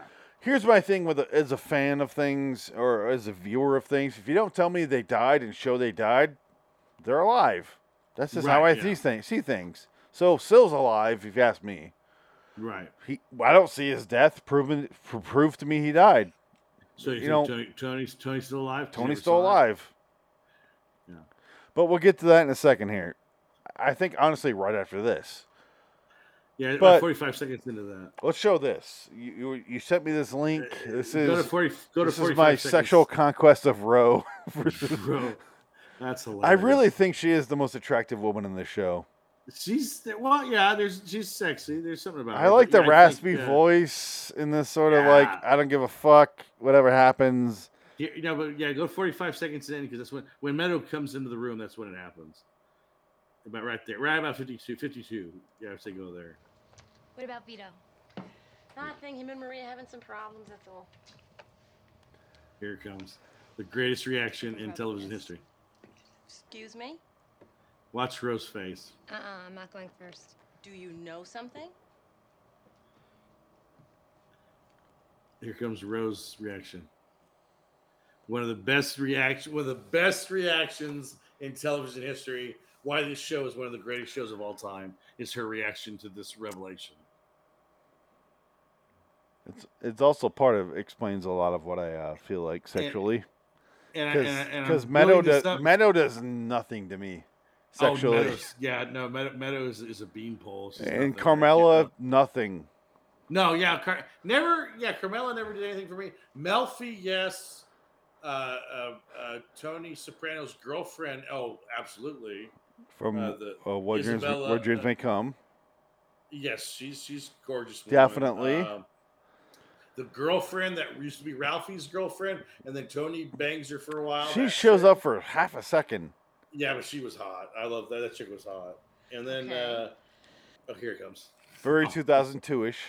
Here's my thing with a, as a fan of things or as a viewer of things. If you don't tell me they died and show they died, they're alive. That's just how I
Right, yeah.
see things. See things. So Sill's alive, if you ask me.
Right.
He, I don't see his death proven pr- proof to me he died.
So you,
You
think
know-
Tony, Tony's Tony's still alive? 'Cause he
Tony's
never
still
saw it?
alive.
Yeah.
But we'll get to that in a second here. I think honestly, right after this,
Yeah. about
But-
forty-five seconds into that.
let's show this. You you, you sent me this link. This
go to
is
forty. Go to
this is
forty-five.
my
seconds.
sexual [laughs] conquest of Roe [laughs] versus
[laughs] Bro, that's hilarious.
I really think she is the most attractive woman in this show.
She's well, yeah. There's she's sexy. There's something about.
I
her,
like
but
the
Uh, yeah, I think,
raspy
uh,
voice in this sort of like
Yeah.
I don't give a fuck, whatever happens.
Yeah, you know, but yeah, go forty-five seconds in because that's when when Meadow comes into the room. That's when it happens. About right there, right about 52, 52. Yeah, I say go there.
What about Vito? Nothing. Him and Maria having some problems. That's all.
Here it comes. The greatest reaction in television history.
Excuse me.
Watch Rose's face.
Uh, uh-uh, uh, i am not going first. Do you know something?
Here comes Rose's reaction. One of the best reaction.
One of the best reactions in television history. Why this show is one of the greatest shows of all time.
Is her reaction to this revelation?
It's it's also part of explains a lot of what I uh, feel like sexually
And I- and I- and I'm
because Meadow
willing to
does
step-
Meadow does nothing to me
Oh,
sexually,
Meadows- yeah, no, Meadow, Meadow is, is a beanpole. She's
and
nothing. Yeah.
Carmela nothing.
No, yeah,
Car- never, yeah, Carmella never did anything for me. Melfi, yes. Uh, uh, uh, Tony Soprano's girlfriend, oh, absolutely.
From
Uh,
uh,
the
what dreams
Isabella,
where dreams
uh,
may come.
Yes, she's she's a gorgeous. woman.
Definitely.
Um, the girlfriend that used to be Ralphie's girlfriend, and then Tony bangs her for a while.
She
That
shows
chick-
up for half a second.
Yeah, but she was hot. I love that. That chick was hot. And then,
Okay.
uh, oh, here it comes.
Very
Oh.
2002 ish.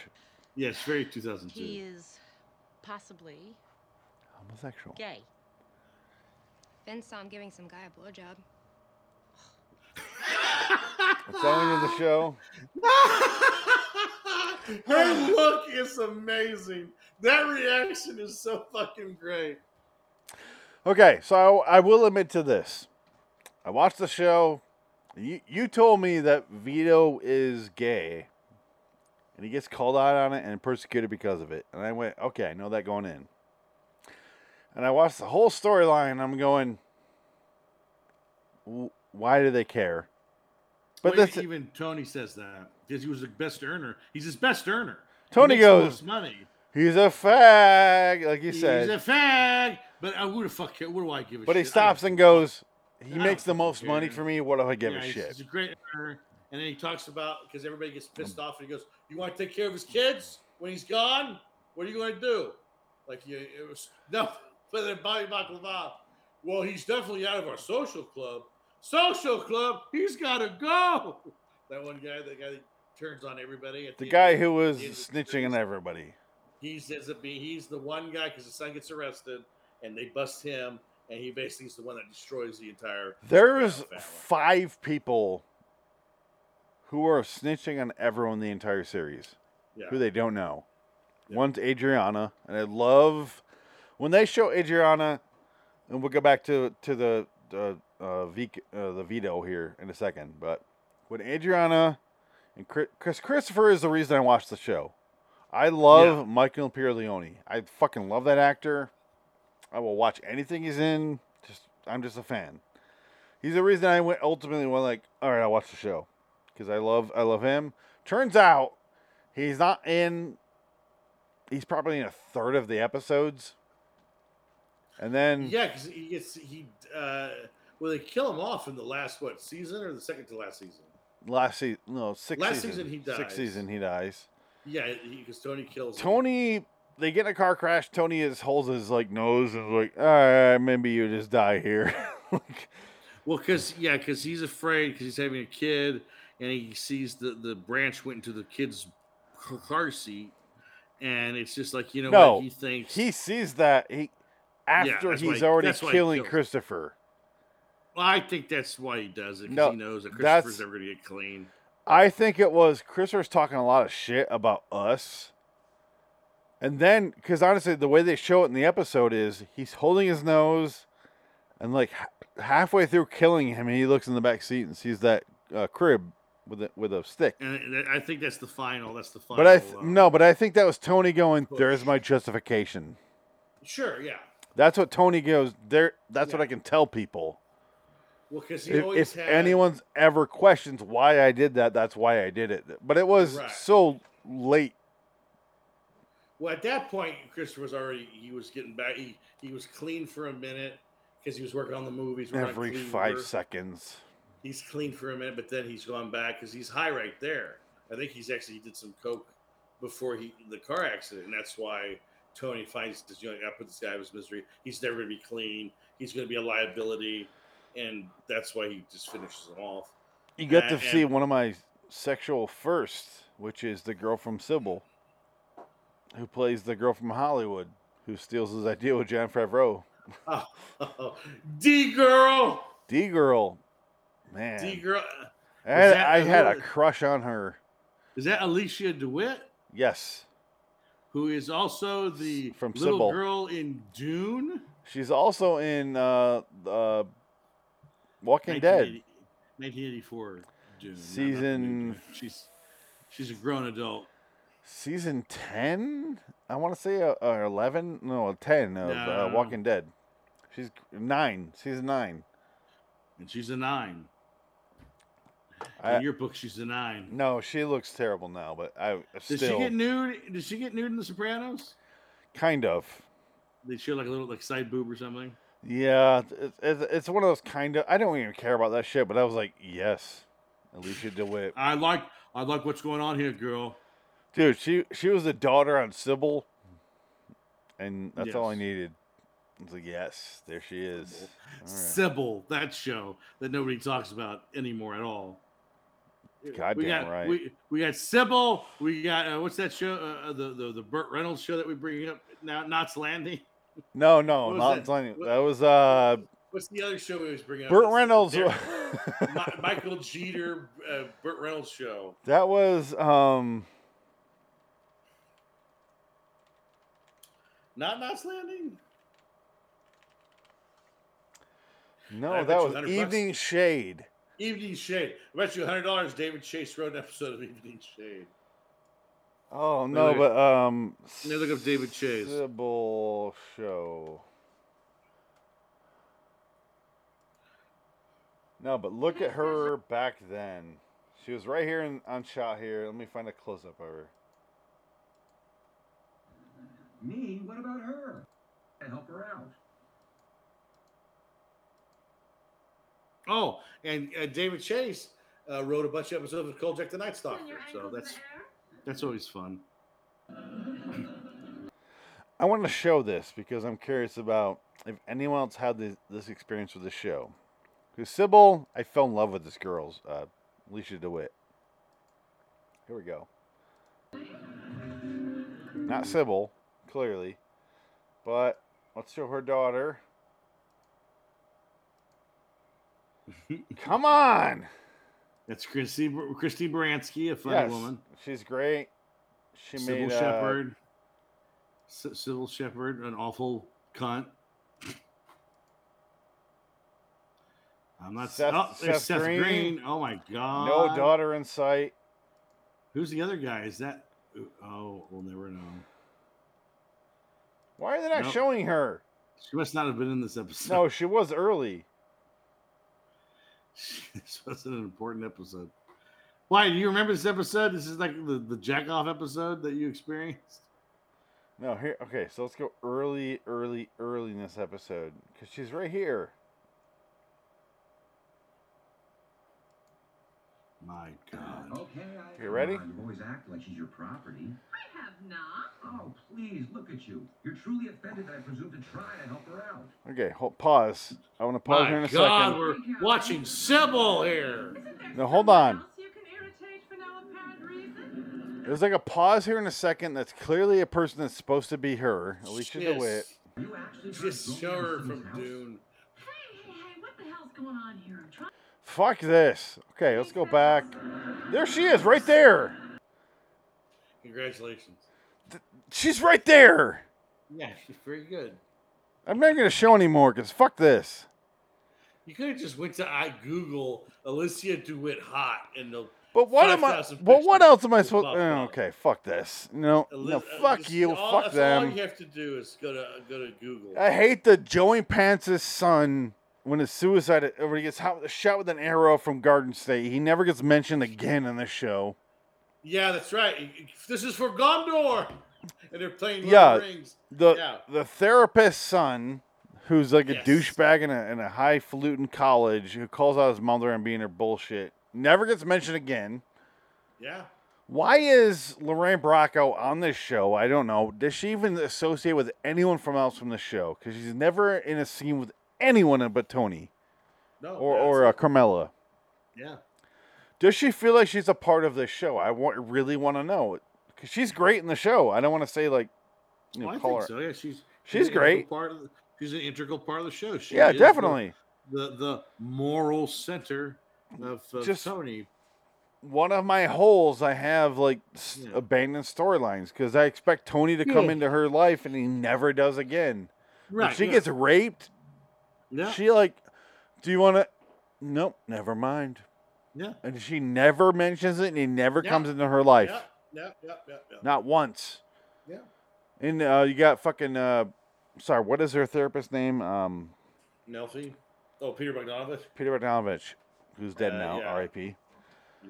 yes, very 2002.
[laughs]
He is possibly
Homosexual.
gay. Vince saw him giving some guy a blowjob.
That's the end of the show.
[laughs] Her look is amazing. That reaction is so fucking great.
Okay, so I, I will admit to this. I watched the show. You, you told me that Vito is gay, and he gets called out on it and persecuted because of it. And I went, okay, I know that going in. And I watched the whole storyline. and I'm going, "W- why do they care? But
But well,
that's
even, even Tony says that because he was the best earner. He's his best earner. He
Tony
makes the
goes,
most money.
he's a fag, like you
He's
said.
a fag. But I would have fuck care? What do I give a shit?
But he
I don't
stops and
give a
goes, he
don't
makes the
fucking
most money
care.
for me. What do I give
Yeah,
a
he's-
shit?
He's a great earner.
And then he talks about because everybody gets pissed off and he goes, You want to take care of his kids when he's gone? What are you going to do? Like, you, it was [laughs] nothing but then Bobby Baklava. Well, he's definitely out of our social club. Social club, he's got to go. That one guy, the guy that turns on everybody. At
The
end
guy
of-
who was
the end of the
snitching on
series.
everybody.
He's ends up being he's the one guy because his son gets arrested and they bust him and he basically is the one that destroys the entire.
There's
Soprano family.
five people who are snitching on everyone the entire series
Yeah.
who they don't know.
Yeah.
One's Adriana, and I love when they show Adriana, and we'll go back to to the the uh, Vic, uh, the veto here in a second. But when Adriana and Chris, Chris Christopher is the reason I watched the show. I love Michael Pierleone. I fucking love that actor. I will watch anything he's in. Just I'm just a fan. He's the reason I went ultimately went like, all right, I'll watch the show because I love I love him. Turns out he's not in. He's probably in a third of the episodes. And then
Yeah, because he gets he. Uh, well, they kill him off in the last what season or the second to last season?
last season, no, sixth
Last
season,
season he
Sixth
dies.
season he dies.
Yeah, because Tony kills him.
Tony, they get in a car crash. Tony is holds his like nose and is like, all right, maybe you just die here. [laughs] like,
Well, because yeah, because he's afraid because he's having a kid and he sees the the branch went into the kid's c- car seat, and it's just like you know
No,
what he thinks.
he sees that he after
that's why
he's
he-
already
that's why he
killing
kills him.
Christopher.
well, I think that's why he does it because
No,
he knows that
that's-
Christopher's never gonna get clean.
I think it was Christopher's talking a lot of shit about us. And then, because honestly, the way they show it in the episode is he's holding his nose, and like h- halfway through killing him, he looks in the back seat and sees that uh, crib with a, with a stick.
And that- I think that's the final. That's the final.
But I th-
uh,
no, but I think that was Tony going.
push.
There's my justification.
Sure, yeah.
That's what Tony goes. There. That's what I can tell people.
Well, because he
If,
always
if
had
anyone's ever questions why I did that, that's why I did it. But it was
Right.
so late.
Well, at that point, Christopher was already he was getting back. He he was clean for a minute because he was working on the movies. working on
Every
Clean
five
Work.
seconds.
he's clean for a minute, but then he's gone back because he's high right there. I think he's actually he did some coke before he the car accident, and that's why Tony finds this young. I put this guy out of his misery. He's never gonna be clean. He's gonna be a liability, and that's why he just finishes him off. [laughs]
You got to
And-
see one of my sexual firsts, which is the girl from Sybil, who plays the girl from Hollywood, who steals his idea with John Favreau.
Oh, D girl,
D girl, man,
D girl.
I had,
Was that
I had a
who-
crush on her.
is that Alicia Dewitt,
Yes,
who is also the
From
little
Sybil.
girl in Dune?
she's also in uh, uh, Walking Dead.
1980 1984 Dune. not- not the new
Season-
Dune. She's she's a grown adult.
season 10 i want to say uh, uh, 11 no 10 of uh,
No.
walking dead she's 9 season 9
and she's a nine.
I-
in your book, she's a nine.
no she looks terrible now but i
Did
still
she get nude? Did she get nude in The Sopranos?
kind of
Did she have like a little like side boob or something?
yeah it's, it's, it's one of those kind of i don't even care about that shit but i was like yes alicia dewitt
I like I like what's going on here, girl.
dude she she was the daughter on sybil and that's all i
Yes.
needed I was like, yes, there she is. All right.
Sybil, that show that nobody talks about anymore at all. we
Goddamn
got,
right.
We, we got Sybil. We got uh, what's that show? Uh, the, the the Burt Reynolds show that we bring up now. Knots Landing.
No, no,
What was
not
that?
Tony.
What-
That was uh
What's the other show we was bringing up?
Burt
It's-
Reynolds. [laughs]
there- [laughs]
wa-
Mi- Michael Jeter, uh, Burt Reynolds show.
that was um
Not Knots Landing.
no,
I bet
that
you
was
100 bucks.
Evening Shade.
Evening Shade. I bet you hundred dollars. David Chase wrote an episode of Evening Shade.
Oh no,
look-
but um
Let me look up David Chase.
Sybil show. No, but look at her back then. She was right here in, on shot here. Let me find a close up of her.
Me? What about her? I help her out.
Oh,
And uh, David Chase uh, wrote a bunch of episodes of Kolchak the Night Stalker. So that's
that's always fun.
I want to show this because I'm curious about if anyone else had this, this experience with the show. Because Sybil, I fell in love with this girl's uh, Alicia DeWitt. Here we go. Not Sybil, clearly, but let's show her daughter. Come on!
That's Christy Christy Baranski, a [laughs] funny
Yes,
woman.
she's great. She
Sybil
made uh,
Shepherd. Sy- Sybil Shepherd, an awful cunt. I'm not.
Seth-
oh, there's
Seth
Seth Green.
Green.
Oh my god.
no daughter in sight.
Who's the other guy? Is that? Oh, we'll never know.
Why are they not
Nope.
showing her?
She must not have been in this [laughs] episode.
No, she was early.
this wasn't an important episode. Why do you remember this episode? This is like the the jack off episode that you experienced.
No, here. Okay, so let's go early, early, early in this episode because she's right here.
My god.
Okay, I.
You ready?
You always act like she's your property.
I have not.
Oh, please look at you. You're truly offended that I presumed to try to help her out.
Okay, hold, pause. I want to pause here in
My
a
god,
second.
we're watching Sybil here.
Isn't there
No, hold
someone
on.
else You can irritate for no apparent reason.
There's like a pause here in a second. That's clearly a person that's supposed to be her, Alicia
Yes.
DeWitt.
Are you actually trying to
Just
go
show
into
her
someone's
from
house?
Dune.
Hey, hey, hey, what the hell's going on here? I'm trying
Fuck this. Okay, let's go back. There she is, right there.
Congratulations.
She's right there.
Yeah, she's very good.
I'm not gonna show anymore because fuck this.
You could have just went to I Google Alicia DeWitt hot and the
But what am I?
5,000
But what
pictures
else am I
with
supposed?
Bob
Oh,
Dylan.
okay, fuck this. No, no,
Alicia-
fuck
just-
you,
all-
fuck
that's
them.
All you have to do is go to go to Google.
I hate the Joey Pants' son when his suicide when he gets hot, shot with an arrow from Garden State. He never gets mentioned again in this show.
Yeah, that's right. This is for Gondor, and they're playing Lord
Yeah.
of the Rings.
The
Yeah.
the therapist's son, who's like a
Yes.
douchebag in a, in a highfalutin college, who calls out his mother and being her bullshit, never gets mentioned again.
Yeah,
Why is Lorraine Bracco on this show? I don't know. Does she even associate with anyone from else from the show? Because she's never in a scene with anyone but Tony
no,
or
that's-
or uh, Carmela.
Yeah.
Does she feel like she's a part of this show? I want, really want to know. 'Cause she's great in the show. I don't want to say like, you know,
Well, Oh, I
call
think
her.
so. Yeah, she's
She's
an integral
great.
Part of the, she's an integral part of the show. She
Yeah,
is the-
definitely.
The, the moral center of uh,
Just-
Tony.
One of my holes I have like s-
Yeah.
abandoned storylines because I expect Tony to come
Yeah.
into her life and he never does again. When
Right.
she
yeah.
gets raped.
yeah.
She like, do you want to? Nope, never mind.
Yeah.
And she never mentions it, and he never
Yeah.
comes into her life.
Yeah. Yep, yep, yep, yep.
Not once.
Yeah.
And uh, you got fucking. Uh, sorry, what is their therapist name? Um,
Nelfie. Oh, Peter Bogdanovich.
Peter Bogdanovich, who's dead
Uh,
now,
yeah.
R.I.P.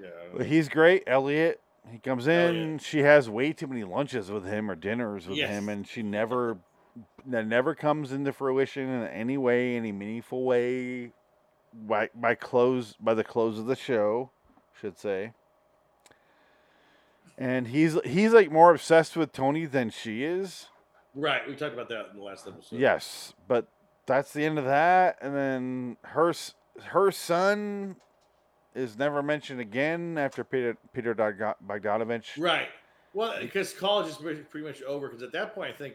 Yeah.
But he's great. Elliot. He comes in.
Um, Elliot.
She has way too many lunches with him or dinners with
Yes.
him, and she never that never comes into fruition in any way, any meaningful way. By by close by the close of the show, should say. And he's he's like more obsessed with Tony than she is.
Right. We talked about that in the last episode.
Yes, but that's the end of that. And then her s- her son is never mentioned again after Peter Peter Dogga- Bogdanovich.
Right. Well, because college is pretty pretty much over. Because at that point, I think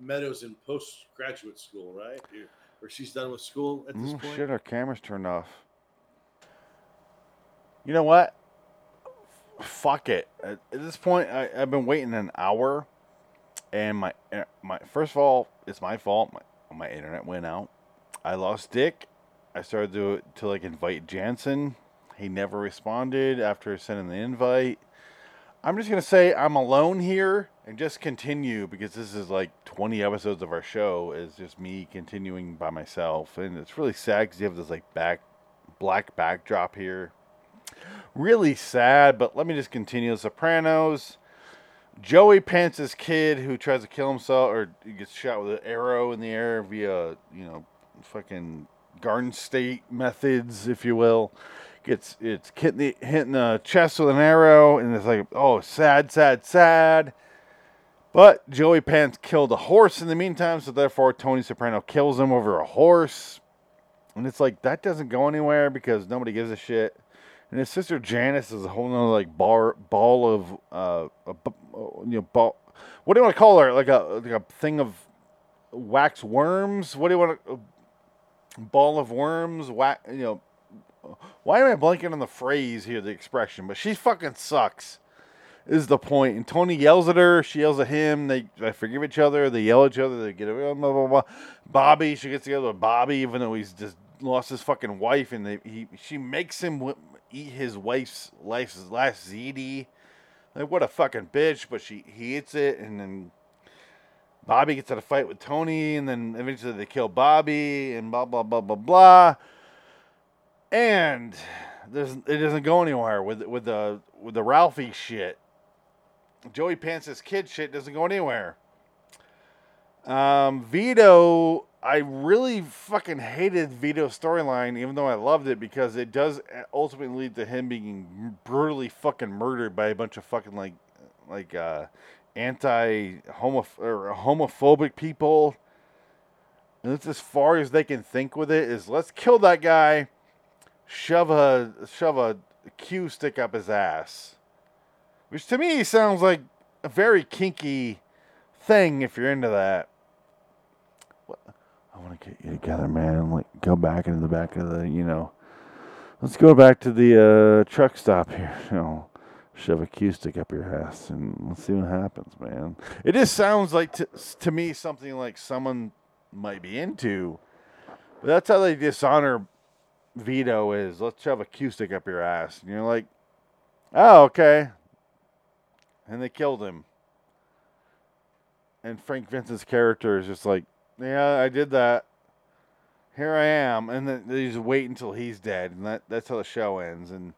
Meadows in postgraduate school, right? Or- Or she's done with school at this
Mm,
point.
shit, our camera's turned off. You know what? Fuck it. At, at this point, I, I've been waiting an hour, and my eh, my first of all, it's my fault. My, my internet went out. I lost Dick. I started to to like invite Jansen. He never responded after sending the invite. I'm just gonna say I'm alone here and just continue because this is like 20 episodes of our show is just me continuing by myself, and it's really sad because you have this like back black backdrop here. Really sad, but let me just continue. The Sopranos. Joey pants his kid who tries to kill himself or he gets shot with an arrow in the air via you know fucking Garden State methods, if you will gets it's hitting the, hitting the chest with an arrow, and it's like, oh, sad, sad, sad. But Joey Pants killed a horse in the meantime, so therefore Tony Soprano kills him over a horse, and it's like that doesn't go anywhere because nobody gives a shit. And his sister Janice is a whole nother like bar ball of uh, a, b- you know ball. What do you want to call her? Like a like a thing of wax worms. What do you want to? Ball of worms, wax, you know, why am I blanking on the phrase here, the expression? But she fucking sucks, is the point. And Tony yells at her. She yells at him. They, they forgive each other. They yell at each other. They get blah blah blah. blah. Bobby, she gets together with Bobby, even though he's just lost his fucking wife, and they, he she makes him w- eat his wife's life's last ziti. Like what a fucking bitch. But she he eats it, and then Bobby gets in a fight with Tony, and then eventually they kill Bobby, and blah blah blah blah blah. And there's it doesn't go anywhere with with the with the Ralphie shit. Joey Pants' kid shit doesn't go anywhere. Um, Vito, I really fucking hated Vito's storyline, even though I loved it because it does ultimately lead to him being brutally fucking murdered by a bunch of fucking like like uh, anti homo or homophobic people. And it's as far as they can think with it is let's kill that guy, shove a shove a cue stick up his ass, which to me sounds like a very kinky thing if you're into that. What? I want to get you together, man. and, Like go back into the back of the you know. Let's go back to the uh, truck stop here. [laughs] You know, shove a cue stick up your ass and let's see what happens, man. It just sounds like to, to me something like someone might be into. But that's how they dishonor Vito is. Let's shove a cue stick up your ass. And you're like, oh, okay. And they killed him. And Frank Vincent's character is just like, yeah, I did that. Here I am. And then they just wait until he's dead. And that, that's how the show ends. And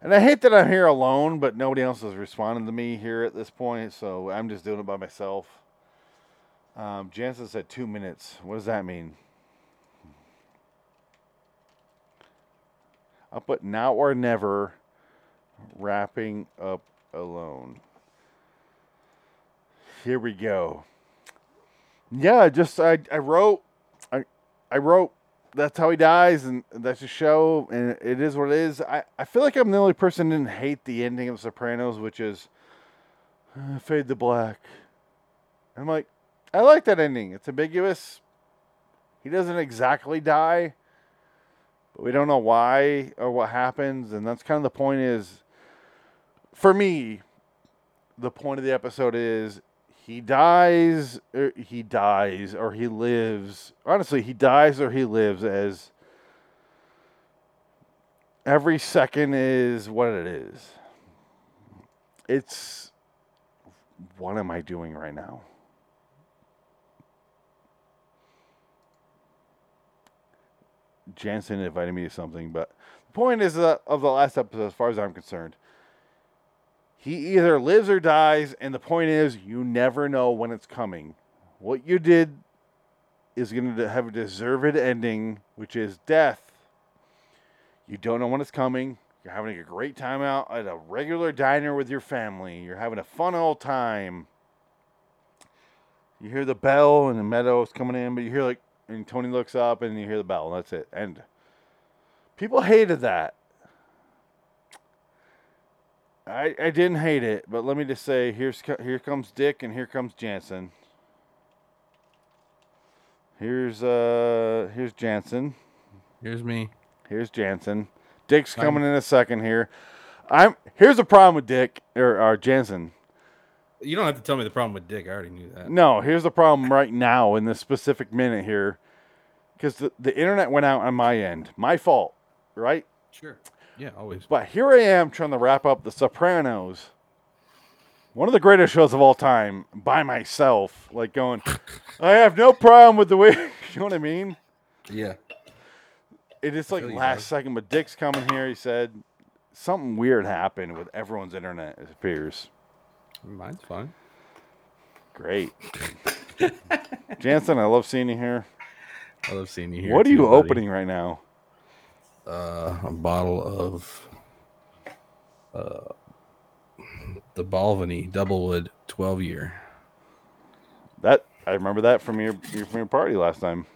and I hate that I'm here alone, but nobody else is responding to me here at this point. So I'm just doing it by myself. Um, Jansen said two minutes. What does that mean? I'll put now or never wrapping up alone. Here we go. Yeah, I just I, I wrote I I wrote that's how he dies and that's the show and it is what it is. I, I feel like I'm the only person who didn't hate the ending of Sopranos, which is uh, fade to black. I'm like, I like that ending. It's ambiguous. He doesn't exactly die but we don't know why or what happens and that's kind of the point is for me the point of the episode is he dies or he dies or he lives honestly he dies or he lives as every second is what it is it's what am I doing right now? Jansen invited me to something, but the point is that of the last episode, as far as I'm concerned, he either lives or dies, and the point is you never know when it's coming. What you did is going to have a deserved ending, which is death. You don't know when it's coming. You're having a great time out at a regular diner with your family. You're having a fun old time. You hear the bell and the meadows coming in, but you hear like, and Tony looks up and you hear the bell, and that's it. And people hated that. I, I didn't hate it, but let me just say here's co- here comes Dick and here comes Jansen. Here's uh here's Jansen.
Here's me.
Here's Jansen. Dick's coming in a second here. I'm here's the problem with Dick or, or Jansen.
You don't have to tell me the problem with Dick. I already knew that.
No, here's the problem right now in this specific minute here, because the, the internet went out on my end, my fault, right?
Sure. Yeah, always.
But here I am trying to wrap up The Sopranos, one of the greatest shows of all time, by myself. Like going, I have no problem with the way. [laughs] You know what I mean?
Yeah.
It is like
feel you,
last
bud.
second, but Dick's coming here. He said something weird happened with everyone's internet. It appears
Mine's fine.
great. [laughs] Jansen, I love seeing you here.
I love seeing you here.
what are
too,
you
buddy.
opening right now?
Uh, a bottle of uh, the Balvenie Doublewood 12 year.
That I remember that from your, your from your party last time.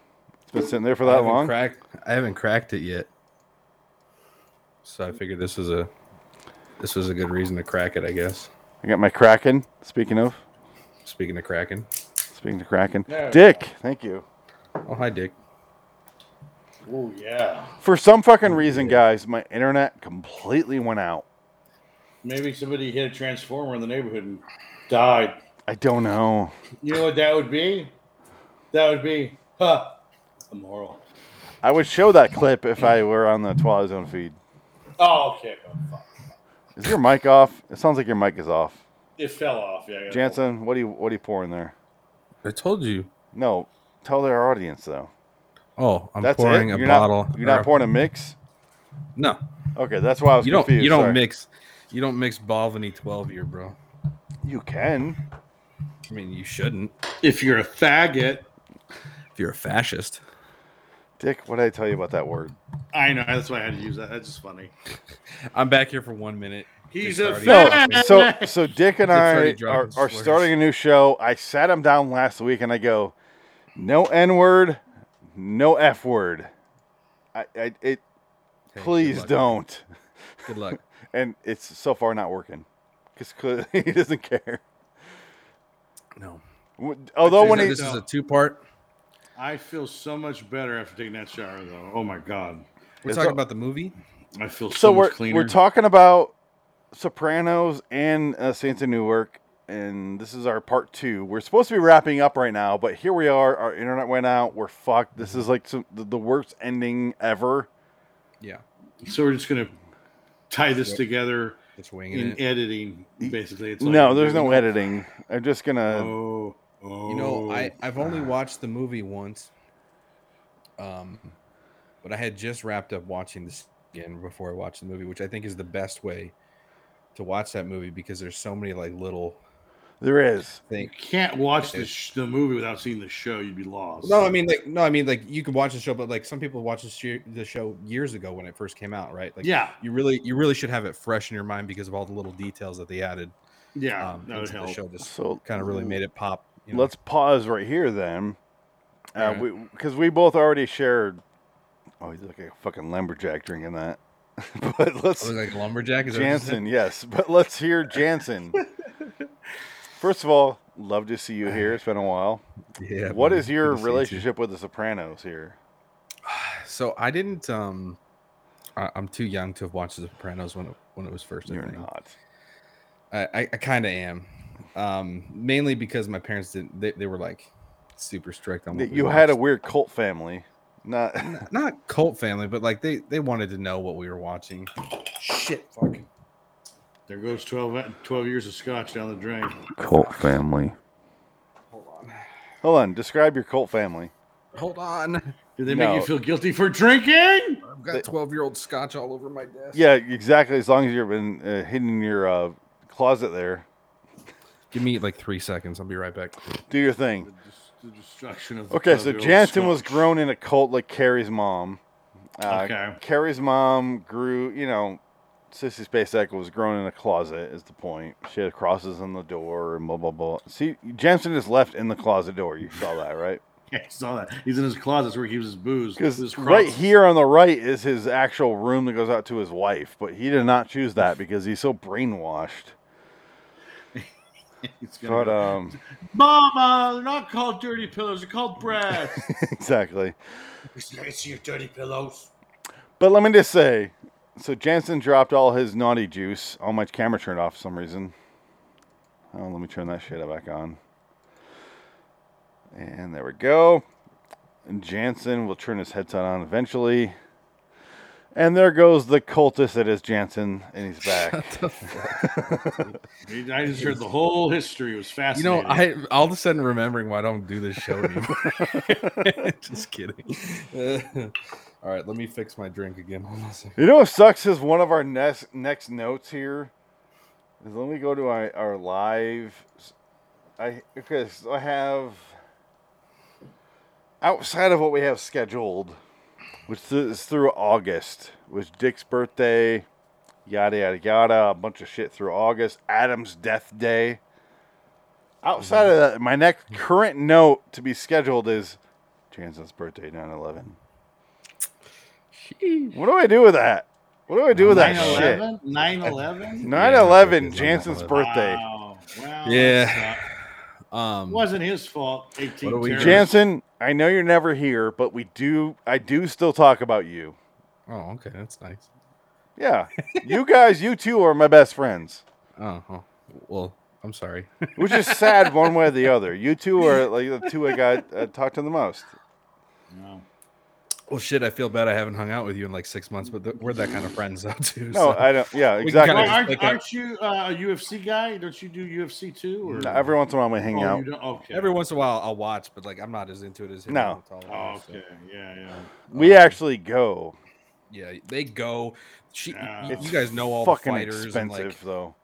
It's been sitting there for that
I haven't
long.
Cracked, I haven't cracked it yet. So I figured this was a this was a good reason to crack it, I guess.
I got my Kraken. Speaking of,
Speaking of cracking.
speaking to Kraken,
Yeah.
Dick. Thank you.
Oh, hi, Dick.
Oh yeah.
For some fucking reason, guys, my internet completely went out.
Maybe somebody hit a transformer in the neighborhood and died.
I don't know.
You know what that would be? That would be, huh? I'm horrible.
I would show that clip if I were on the Twilight Zone feed.
Oh, okay. Oh, fuck.
Is your mic off? It sounds like your mic is off.
It fell off. Yeah. I gotta-
Jansen, what do you what do you pour in there?
I told you.
No, tell their audience though.
Oh, I'm
That's
pouring
it.
a
you're
bottle.
Not, you're
or-
not pouring a mix.
No,
Okay, that's why I was
you don't.
confused.
you don't
sorry.
mix. You don't mix Balvenie 12 year, bro.
You can.
I mean, you shouldn't.
If you're a faggot,
If you're a fascist,
Dick, what did I tell you about that word?
I know that's why I had to use that. That's just funny.
I'm back here for one minute.
He's
Dick's
a
already-
No, so so Dick and I
already dropping
are, are
slurs.
starting a new show. I sat him down last week and I go, no N word, no F word. I, I it
Hey, good
please
luck.
don't.
Good luck.
And it's so far not working because [laughs] he doesn't care.
No.
W- Although when
This
he
is- this is a two part.
I feel so much better after taking that shower, though. Oh my god,
We're
It's
talking
all-
about the movie.
I feel so,
so we're
much cleaner.
we're talking about Sopranos and uh, Saints of Newark, and this is our part two. We're supposed to be wrapping up right now, but here we are. Our internet went out. We're fucked. This is like some, the, the worst ending ever.
Yeah.
so we're just gonna tie this together
It's winging
in
it.
editing. Basically, it's like,
no, there's no
[laughs]
editing. I'm just gonna.
Oh, oh,
You know, I I've only watched the movie once. Um, but I had just wrapped up watching this again before I watched the movie, which I think is the best way to watch that movie because there's so many like little
There is.
things.
can't watch the, sh- the movie without seeing the show. You'd be lost.
No, I mean like no, I mean like you could watch the show, but like some people watch the show, the show years ago when it first came out, right? Like
yeah,
you really you really should have it fresh in your mind because of all the little details that they added
yeah,
um,
Ah, that would
into the
help.
show. Just
So
kind of really made it pop. you know?
Let's pause right here then, because uh,
Alright.
we, 'cause we both already shared. Oh, he's like a fucking lumberjack drinking that. [laughs] but let's.
I was like lumberjack is that what you said? [laughs]
Jansen, yes. But let's hear Jansen. First of all, love to see you here. It's been a while.
Yeah.
what
buddy.
is your
Ah. Good to see you too.
relationship with the Sopranos here?
So I didn't. Um, I, I'm too young to have watched The Sopranos when it, when it was first. I
You're
think.
not.
I, I, I kind of am, um, mainly because my parents didn't. They, they were like super strict on. What we
You had a
watched.
weird cult family. Not [laughs]
N- [laughs] not cult family, but like they they wanted to know what we were watching. Shit, fuck.
There goes 12, 12 years of scotch down the drain.
Cult family.
Hold on. Describe your cult family.
Hold on.
Did they make you
No.
feel guilty for drinking?
I've got 12 year old scotch all over my desk.
Yeah, exactly. As long as you've been uh, hidden in your uh, closet there,
Give me like three seconds. I'll be right back.
do your thing.
The, dis- the destruction of the
Okay, so
12-year-old
Jansen was
scotch.
grown in a cult like Carrie's mom. Uh,
Okay.
Carrie's mom grew, you know, Sissy Spacek was grown in a closet, is the point. She had crosses on the door and blah, blah, blah. See, Jansen is left in the closet door. You saw that,
[laughs]
right?
[laughs] Yeah, I saw that. He's in his closet that's where he keeps his booze. His
Because
cross-
right here on the right is his actual room that goes out to his wife, but he did not choose that because he's so brainwashed.
[laughs] He's gonna
But,
go,
um,
Mama, they're not called dirty pillows. They're
[laughs]
called breasts.
exactly.
It's your dirty pillows.
But let me just say, so Jansen dropped all his naughty juice. Oh, my camera turned off for some reason. Oh, let me turn that shit back on. And there we go. And Jansen will turn his headset on eventually. And there goes the cultist that is Jansen, and he's back.
I just heard the whole history. It was
You
fascinating.
know, I all of a sudden remembering why I don't do this show anymore. [laughs] Just kidding. Uh, all right, let me fix my drink again. Hold on a second.
You know what sucks is one of our next next notes here. Is let me go to our, our live. I okay, so I have outside of what we have scheduled, which is through August, was Dick's birthday, yada yada yada, a bunch of shit through August. Adam's death day. Outside of that, my next current note to be scheduled is Jansen's birthday, 9-11. What do I do with that? What do I do with that shit?
9/11? 9/11?
9
Yeah,
11,
it's on
Jansen's [laughs]
9/11.
birthday.
Wow. Wow,
Yeah.
that sucked. It
Um,
wasn't his fault. 18
What are we-
terrorists.
Jansen, I know you're never here, but we do, I do still talk about you.
oh, okay, that's nice. [laughs]
Yeah. you guys, you two are my best friends,
Oh, oh, well, I'm sorry. [laughs]
which is sad [laughs] one way or the other. You two are like the two I got uh, talked to the most.
No.
Well, shit, I feel bad I haven't hung out with you in like six months, but th- we're that kind of friends out too.
No,
so-
I don't. Yeah,
We can
exactly.
kinda
Well, aren't,
expect that.
aren't you uh, a UFC guy? Don't you do UFC too? Or
No, Every once in a while we
Oh,
hang
you
out.
don't- Okay.
Every once in a while, I'll watch, but like I'm not as into it as him.
No.
It's all
Oh,
so-
okay. Yeah, yeah.
We
um,
actually go.
Yeah, they go. She,
Yeah.
y-
It's
you guys know all the
Fucking
fighters
expensive,
and like
though.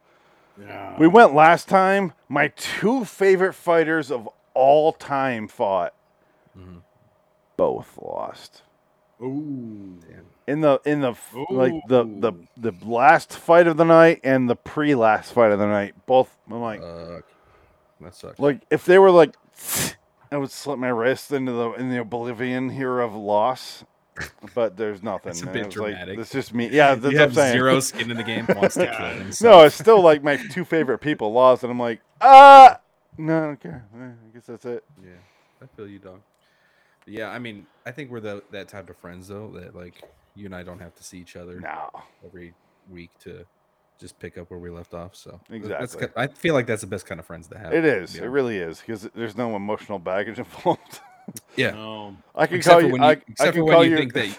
Yeah.
We went last time. My two favorite fighters of all time fought.
Mhm.
Both lost.
Ooh.
in the in the f like the the
Ooh.
the last fight of the night and the pre last fight of the night. Both I'm like
Uh, that sucks.
like if they were like [sniffs] I would slip my wrist into the in the oblivion here of loss. But there's nothing.
[laughs] That's a
and
bit
it was like,
dramatic.
That's just me. Yeah, that's
[laughs] you
what I'm
have
saying. [laughs]
zero skin in the game. Wants to kill
No,
himself.
it's still like my two favorite people lost, and I'm like, ah, no, I don't care. Eh, I guess that's it.
Yeah, I feel you, dog. But yeah, I mean, I think we're the, that type of friends though that like you and I don't have to see each other
No,
every week to just pick up where we left off. So th- that's
Exactly.
ki- I feel like that's the best kind of friends to have.
it is.
Yeah.
It really is because there's no emotional baggage involved. [laughs]
yeah.
No.
Um,
I can
Except
call
for
you.
when
I,
you,
I
except for
can
when
call
you
you
think
[laughs]
that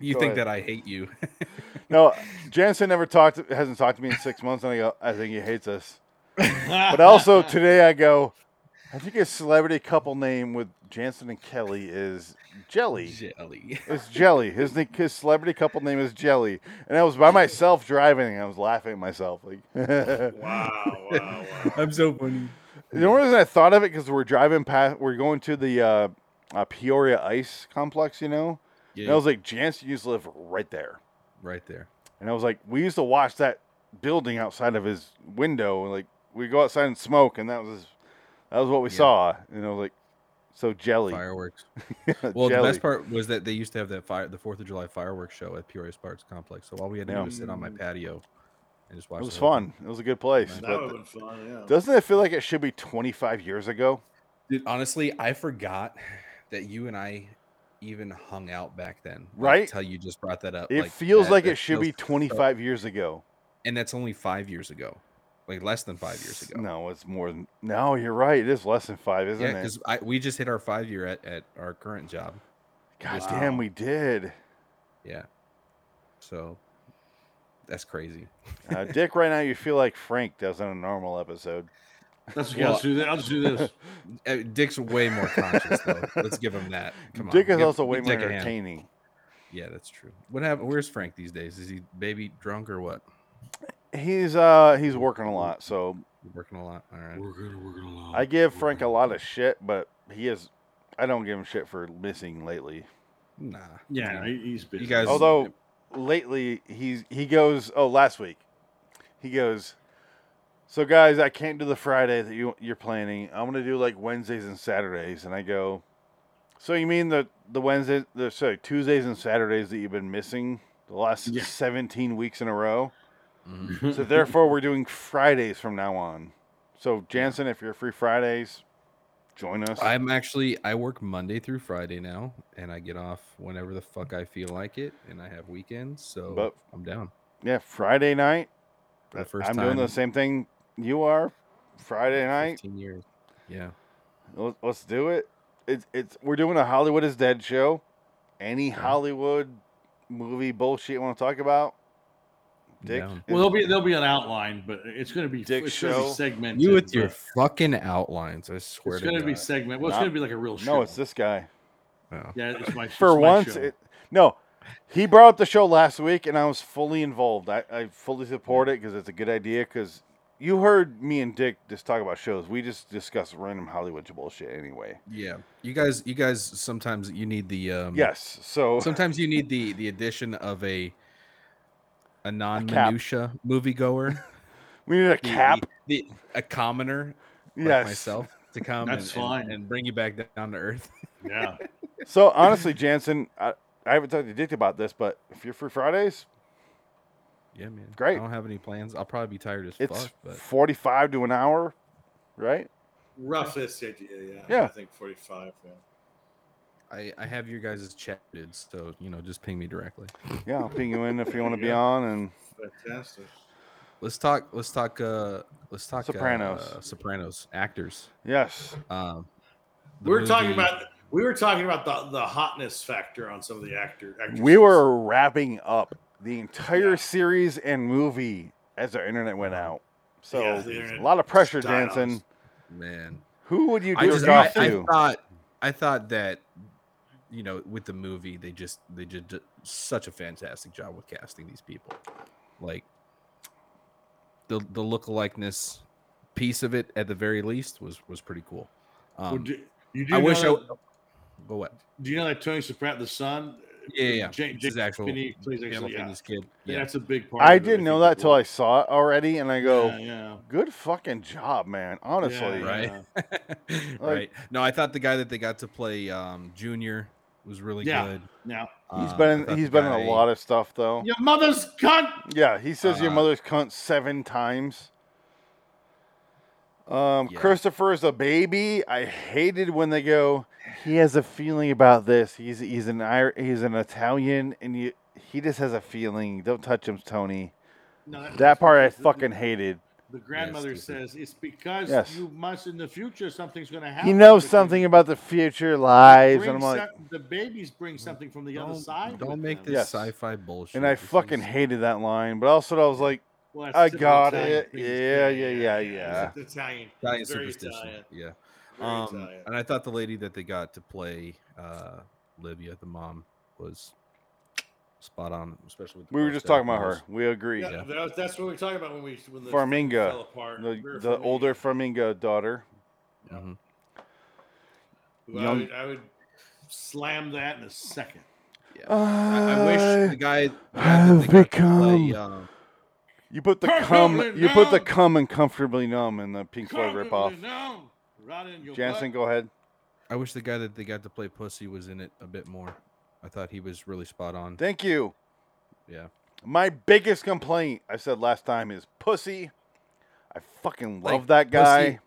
you
Go
think
ahead.
that I hate you. [laughs]
No, Jansen never talked. Hasn't talked to me in six months, and I go, I think he hates us. But also today, I go, I think his celebrity couple name with Jansen and Kelly is Jelly.
Jelly.
It's Jelly. His ni- his celebrity couple name is Jelly, and I was by myself driving, and I was laughing at myself. Like, [laughs] the
[laughs] Wow, wow, wow.
I'm so funny.
only reason I thought of it because we're driving past, we're going to the uh, uh, Peoria Ice Complex, you know. And
Yeah,
I was like, Jansen used to live right there.
right there.
And I was like, we used to watch that building outside of his window. and, Like we go outside and smoke, and that was that was what we
Yeah.
saw. And I was like, so jelly. [laughs]
Fireworks.
well,
Well, the
jelly.
best part was that they used to have that fire, the Fourth of July fireworks show at Peoria Sparks Complex. So all we had to
Yeah.
do was sit on my patio and just watch.
it was
the whole thing.
fun. It was a good place.
That
That
But
would have been fun, yeah.
doesn't it feel like it should be 25 years ago?
Dude, honestly, I forgot that you and I even hung out back then.
Right?
Until you just brought that up.
It feels
that-
like
that
it should be
feels so-
25 years ago.
and that's only five years ago, like less than five years ago.
No, it's more than. No, you're right. It is less than five, isn't
yeah,
it?
because we just hit our five year at, at our current job.
God
this
damn,
time.
we did.
Yeah. So that's crazy.
Uh, Dick, right now you feel like Frank does in a normal episode.
That's okay.
Well-
I'll just do that. I'll just
[laughs]
do this.
Uh, Dick's way more conscious though. Let's give him that. [laughs] Come on.
Dick is
give-
also way
give
more
Dick a hand.
entertaining.
Yeah, that's true. What happened? Where's Frank these days? Is he baby drunk or what?
He's uh he's working a lot, so
Working a lot. All right.
We're gonna, we're gonna. allow
Oh,
I
it.
give
We're
Frank a
gonna-
lot of shit, but he is I don't give him shit for missing lately.
Nah.
Yeah, he- he's busy.
You guys.
Although lately he's he goes oh last week he goes so guys I can't do the Friday that you you're planning I'm gonna do like Wednesdays and Saturdays and I go so you mean the the Wednesdays the sorry Tuesdays and Saturdays that you've been missing the last
Yeah.
17 weeks in a row
[laughs]
Mhm.
so therefore we're doing Fridays from now on so Jansen if you're free Fridays join us
I'm actually I work Monday through Friday now, and I get off whenever the fuck I feel like it, and I have weekends, so
But-
I'm down.
yeah Friday night
For the first
I'm
time
doing the same thing you are Friday
in
night
15 years. Yeah,
Let's, let's do it. It's it's we're doing a Hollywood is dead show. Any Hollywood movie bullshit you want to talk about?
I'm
Dick.
down.
Well, there'll be there'll be an outline, but it's gonna be
Dick
it's gonna
show.
be segmented.
you with your
but
fucking outlines. I swear
It's
to
gonna
God.
be segment. Well, it's
Not-
gonna be like a real show.
no, it's this guy.
Oh.
Yeah, it's
[laughs]
my
For
it's my
once,
show.
it, no. He brought up the show last week, and I was fully involved. I, I fully support it because it's a good idea. Because you heard me and Dick just talk about shows. We just discuss random Hollywood bullshit anyway.
Yeah, you guys, you guys sometimes you need the um,
Yes. So
Sometimes you need the the addition of a a non minutia moviegoer,
[laughs] we need a
the-
cap.
the, a commoner like
yes.
E, myself
[laughs]
to come
That's
and, and-
fine.
and bring you back down to earth. [laughs]
yeah.
So honestly, Jansen, I, I haven't talked to Dick about this, but if you're free Fridays,
Yeah, man.
Great.
I don't have any plans. I'll probably be tired as
It's
fuck, but
45 to an hour, right?
[laughs] Roughest idea, yeah.
Yeah.
I think 45, yeah.
I, I have your guys' chatted, so you know, just ping me directly.
Yeah, I'll ping you in if you want to be
Yeah.
on. And
Fantastic.
Let's talk. Let's talk. Uh, let's talk. uh,
Sopranos.
Sopranos actors.
yes,
Um, the
We were talking
movie-
about we were talking about the, the hotness factor on some of the actor actresses.
we were wrapping up the entire
Yeah.
series and movie as our internet went out. So
Yeah, the internet
a lot of pressure,
died on us.
Jansen.
man.
Who would you
I,
jerk
just, I,
off
I
to?
thought I thought that you know with the movie they just they did ju- such a fantastic job with casting these people, like the the lookalikeness piece of it at the very least was was pretty cool. Um,
Well, uh, do, you do
I
know
wish I
that-
would. But what?
Do you know that Tony Soprano, the son?
Yeah, yeah, yeah.
James,
It's his actual
plays actually, yeah.
Gandolfini's kid.
Yeah,
Yeah.
That's a big part.
I
of it,
didn't know
think,
that
as
till
well.
I saw it already, and I go,
Yeah, yeah.
"Good fucking job, man!" Honestly,
Yeah,
Right?
yeah.
[laughs] right. No, I thought the guy that they got to play um, Junior was really
Yeah.
good.
Now,
he's
Um, I
been
thought
he's
the
been
guy-
in a lot of stuff though.
your mother's cunt.
Yeah, he says your
Uh,
mother's cunt seven times. Um,
Yeah.
Christopher is a baby. I hated when they go. He has a feeling about this. He's he's an Ir- he's an Italian, and you, he just has a feeling. Don't touch him, Tony.
No,
That part I
the-
fucking hated.
The grandmother
stupid.
says it's because
Yes.
you must in the future something's going to happen.
He knows
because
something
you
about the future lives,
bring
and I'm like,
some- the babies bring something from the other
Don't-
side.
Don't
with
make
them.
this
Yes.
sci-fi bullshit.
and I
This
fucking
is-
hated that line. But also, I was like,
Well, that's
I
typical
got
Italian
it.
things.
Yeah, yeah, yeah, yeah.
It's Italian.
Italian
Very
superstition.
Italian.
Yeah.
Very
Um,
Italian.
and I thought the lady that they got to play uh, Livia, the mom, was spot on, especially with the
we were
parts
just
that
talking about her.
was-
We agree.
Yeah, that was- that's what we were talking about when we when the
Flamingo.
fell apart.
The,
We were
the older flamingo daughter.
Yeah.
Mhm.
Well, I,
young-
would, I would slam that in a second.
I, I
Uh,
wish the guy, the guy that
have
they got to play,
become
uh,
You put the cum,
Comfortably
you put the
numb.
cum and comfortably numb in the Pink Floyd
Comfortably
ripoff.
numb, right in your
Jansen,
butt.
go ahead.
I wish the guy that they got to play Pussy was in it a bit more. I thought he was really spot on.
Thank you.
Yeah.
My biggest complaint I said last time is pussy. I fucking
Like,
love that guy.
Pussy-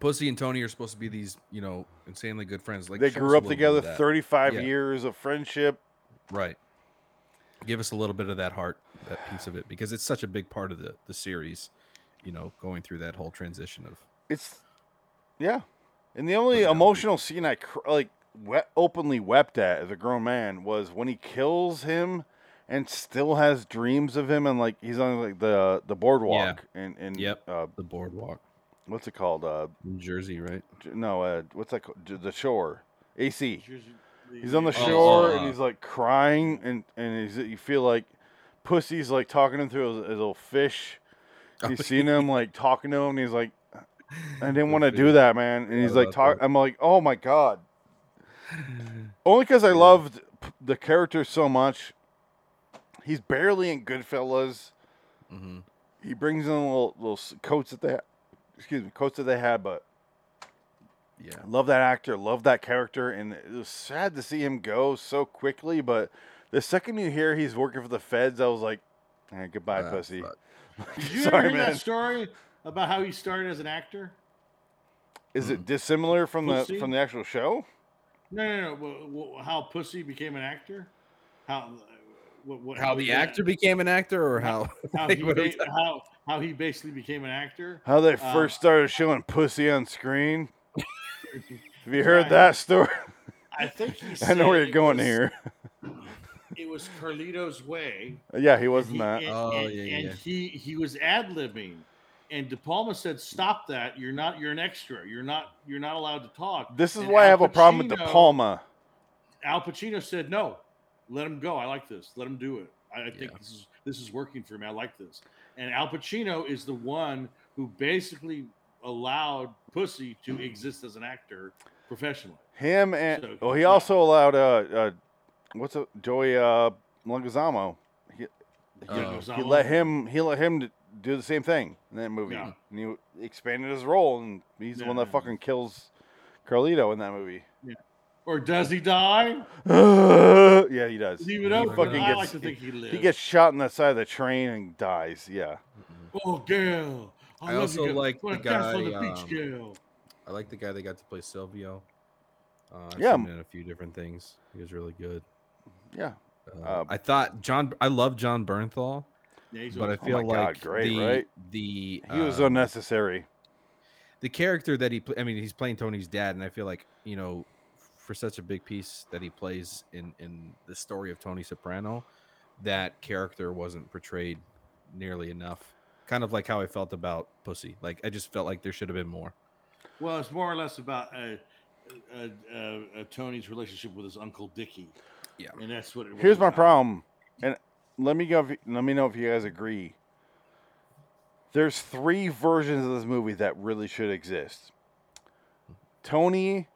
Pussy and Tony are supposed to be these, you know, insanely good friends. Like
they
show us
grew
a
up
little bit
together
of that.
35
Yeah.
years of friendship.
Right. Give us a little bit of that heart, that piece of it, because it's such a big part of the the series. You know, going through that whole transition of
It's yeah. And the only
Personality.
emotional scene I cr- like we- openly wept at as a grown man was when he kills him and still has dreams of him and like he's on like the the boardwalk and and
Yep.
uh,
The boardwalk
what's it called uh
in Jersey, right?
j- no uh what's that called? J- the shore AC he's on the
Oh,
shore
uh,
and he's like crying and and he's, you feel like pussy's like talking him through his, his little fish he's seen him like talking to him and he's like I didn't want to do that man and he's
Forgot
like
about
talk
that.
I'm like oh my god only because I loved p- the character so much he's barely in Goodfellas
hmm
he brings in little little s- coats that they ha- excuse me coats that they had but
Yeah.
love that actor love that character and it was sad to see him go so quickly but the second you hear he's working for the feds i was like eh, goodbye
Ah,
pussy
fuck.
Oh.
[laughs]
Did you
Sorry,
ever hear
man.
that story about how he started as an actor?
is it dissimilar from the
Pussy?
from the actual show
No, no, no. w- w- How Pussy became an actor? How? What, what,
How the actor became an actor, or [laughs] how?
How
like,
he,
what are we
ba- how, how he basically became an actor?
how they
Uh,
first started showing pussy on screen have you
Right.
heard that story [laughs]
I think he
i know
said
where you're
it
going
was-
here
It was Carlito's way.
[laughs] yeah he wasn't
he-
that
And,
Oh,
and-
yeah, yeah,
and
yeah.
he he was ad libbing, and De Palma said, "Stop that! You're not. You're an extra. You're not. You're not allowed to talk."
this is
And
why i
Al
have a problem with de
Pacino-
palma
Al Pacino said, "No, let him go. I like this. Let him do it. I, I think
Yeah.
this is this is working for me. I like this." And Al Pacino is the one who basically allowed Pussy to exist as an actor professionally.
Him and
So,
well, he
yeah.
also allowed uh, uh what's a Joey uh Leguizamo. He, he,
Oh.
he let him he let him d- do the same thing in that movie,
Yeah.
and he expanded his role, and he's the one
Yeah.
that fucking kills Carlito in that
[laughs]
movie.
Or does he die?
yeah, he does.
Leave it
He
open.
fucking
I
gets-
like to think he lives.
He gets shot in the side of the train and dies. Yeah,
oh, girl. I,
I
love
also
you, girl.
like
Wanna
the
dance on
guy,
the beach,
um,
girl.
I like the guy that got to play Silvio. Uh, I've
Yeah,
seen
m-
him in a few different things. He was really good.
yeah.
Uh,
Uh,
I thought John. I love John Bernthal,
Yeah, he's
but I
always-
Oh my
feel
God,
like
great,
the
right?
the
He was uh,
um,
unnecessary.
the character that he pla I mean, he's playing Tony's dad, and I feel like you know, for such a big piece that he plays in in the story of Tony Soprano, that character wasn't portrayed nearly enough. Kind of like how I felt about Pussy. Like I just felt like there should have been more.
well, it's more or less about uh, uh, uh, uh, Tony's relationship with his uncle Dickie.
Yeah.
and that's what. It was
Here's my
about.
problem, and let me go. If, let me know if you guys agree. There's three versions of this movie that really should exist. Tony,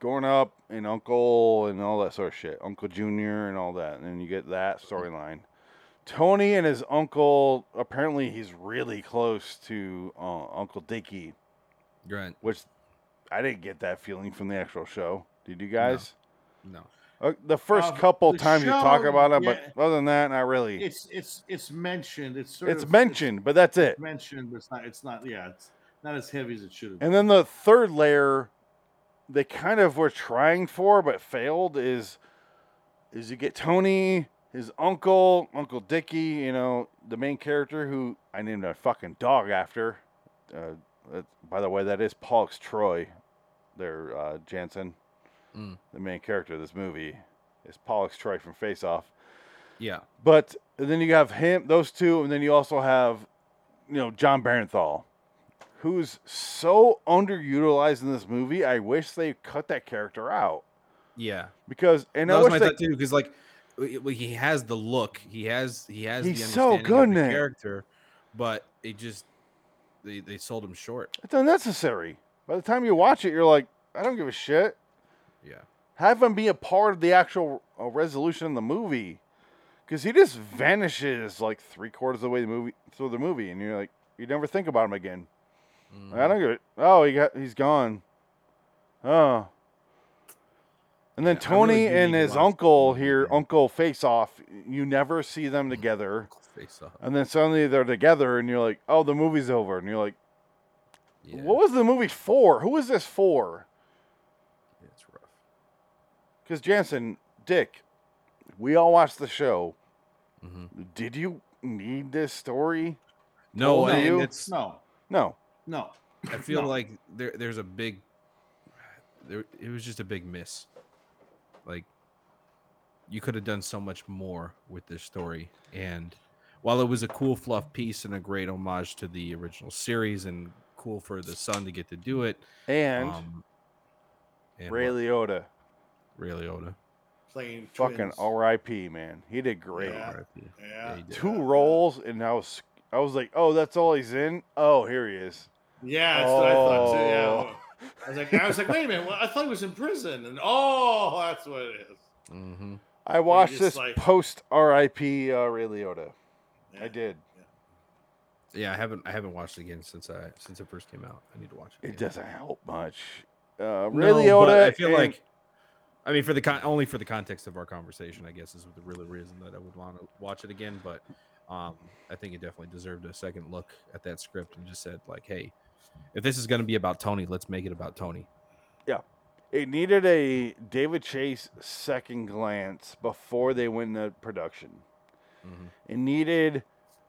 growing up, and Uncle, and all that sort of shit. Uncle Junior, and all that, and you get that storyline. Tony and his uncle. Apparently, he's really close to uh, Uncle Dickie,
Grant,
which I didn't get that feeling from the actual show. Did you guys?
no.
Uh, the first
Uh,
couple
the
times you talk
show,
about it,
yeah.
but other than that, not really. It's,
It's it's it's mentioned. It's sort of
mentioned, but that's it.
It's mentioned, but it's not. It's not. Yeah, it's not as heavy as it should have. been.
And then the third layer, they kind of were trying for but failed is, is you get Tony, his uncle, Uncle Dickie, you know, the main character who I named a fucking dog after. Uh, that- by the way, that is Pollux Troy, there, uh, Jansen.
Mm.
The main character of this movie is Pollux Troy from Face Off.
Yeah.
But then you have him, those two, and then you also have, you know, John Barenthal, who's so underutilized in this movie. I wish they cut that character out
Yeah.
because, and I
that was
wish
my
they,
thought too, because like w- w- he has the look, he has he has the
He's so
understanding
good
of the
in it.
character, but it just they they sold him short.
it's unnecessary. By the time you watch it, you're like, I don't give a shit.
Yeah,
Have him be a part of the actual uh, resolution of the movie, because he just vanishes like three quarters of the way the movie through the movie, and you're like, you never think about him again. Like, I
Mm,
don't give it. Oh, he got he's gone. Oh. And then
Yeah, I really
Tony
do need
and
to
his
watch that
uncle
movie
here,
again.
Uncle Face Off, you never see them together.
face off.
And then suddenly they're together, and you're like, oh, the movie's over. And you're like,
Yeah,
what was the movie for? Who is this for?
yeah, it's rough.
Because Jansen, Dick, we all watched the show.
Mhm.
Did you need this story?
No,
Told
and
you.
it's
No,
No.
no.
I feel
No.
like there there's a big there it was just a big miss. Like you could have done so much more with this story. And while it was a cool fluff piece and a great homage to the original series, and cool for the son to get to do it,
And
um, and
Ray
what-
Liotta,
Ray Liotta,
Playing
fucking
twins.
R.I.P. Man, he did great.
Yeah.
RIP.
Yeah.
he did.
Two roles, and I was I was like, oh, that's all he's in. Oh, here he is.
Yeah, that's what I thought too. Yeah.
Oh.
I was like, I was like, wait a minute. Well, I thought he was in prison, and oh, that's what it is.
Mhm.
I watched
just
this
like-
post R.I.P. Uh, Ray Liotta.
Yeah.
I did.
Yeah, I haven't I haven't watched it again since I since it first came out. I need to watch it.
It
again.
doesn't help much. Uh, Ray
No,
Liotta.
but I feel
and-
like, I mean, for the con- only for the context of our conversation, I guess is the really reason that I would want to watch it again. But um, I think it definitely deserved a second look at that script and just said like, hey, if this is going to be about Tony, let's make it about Tony.
It needed a David Chase second glance before they went into production.
Mhm.
It needed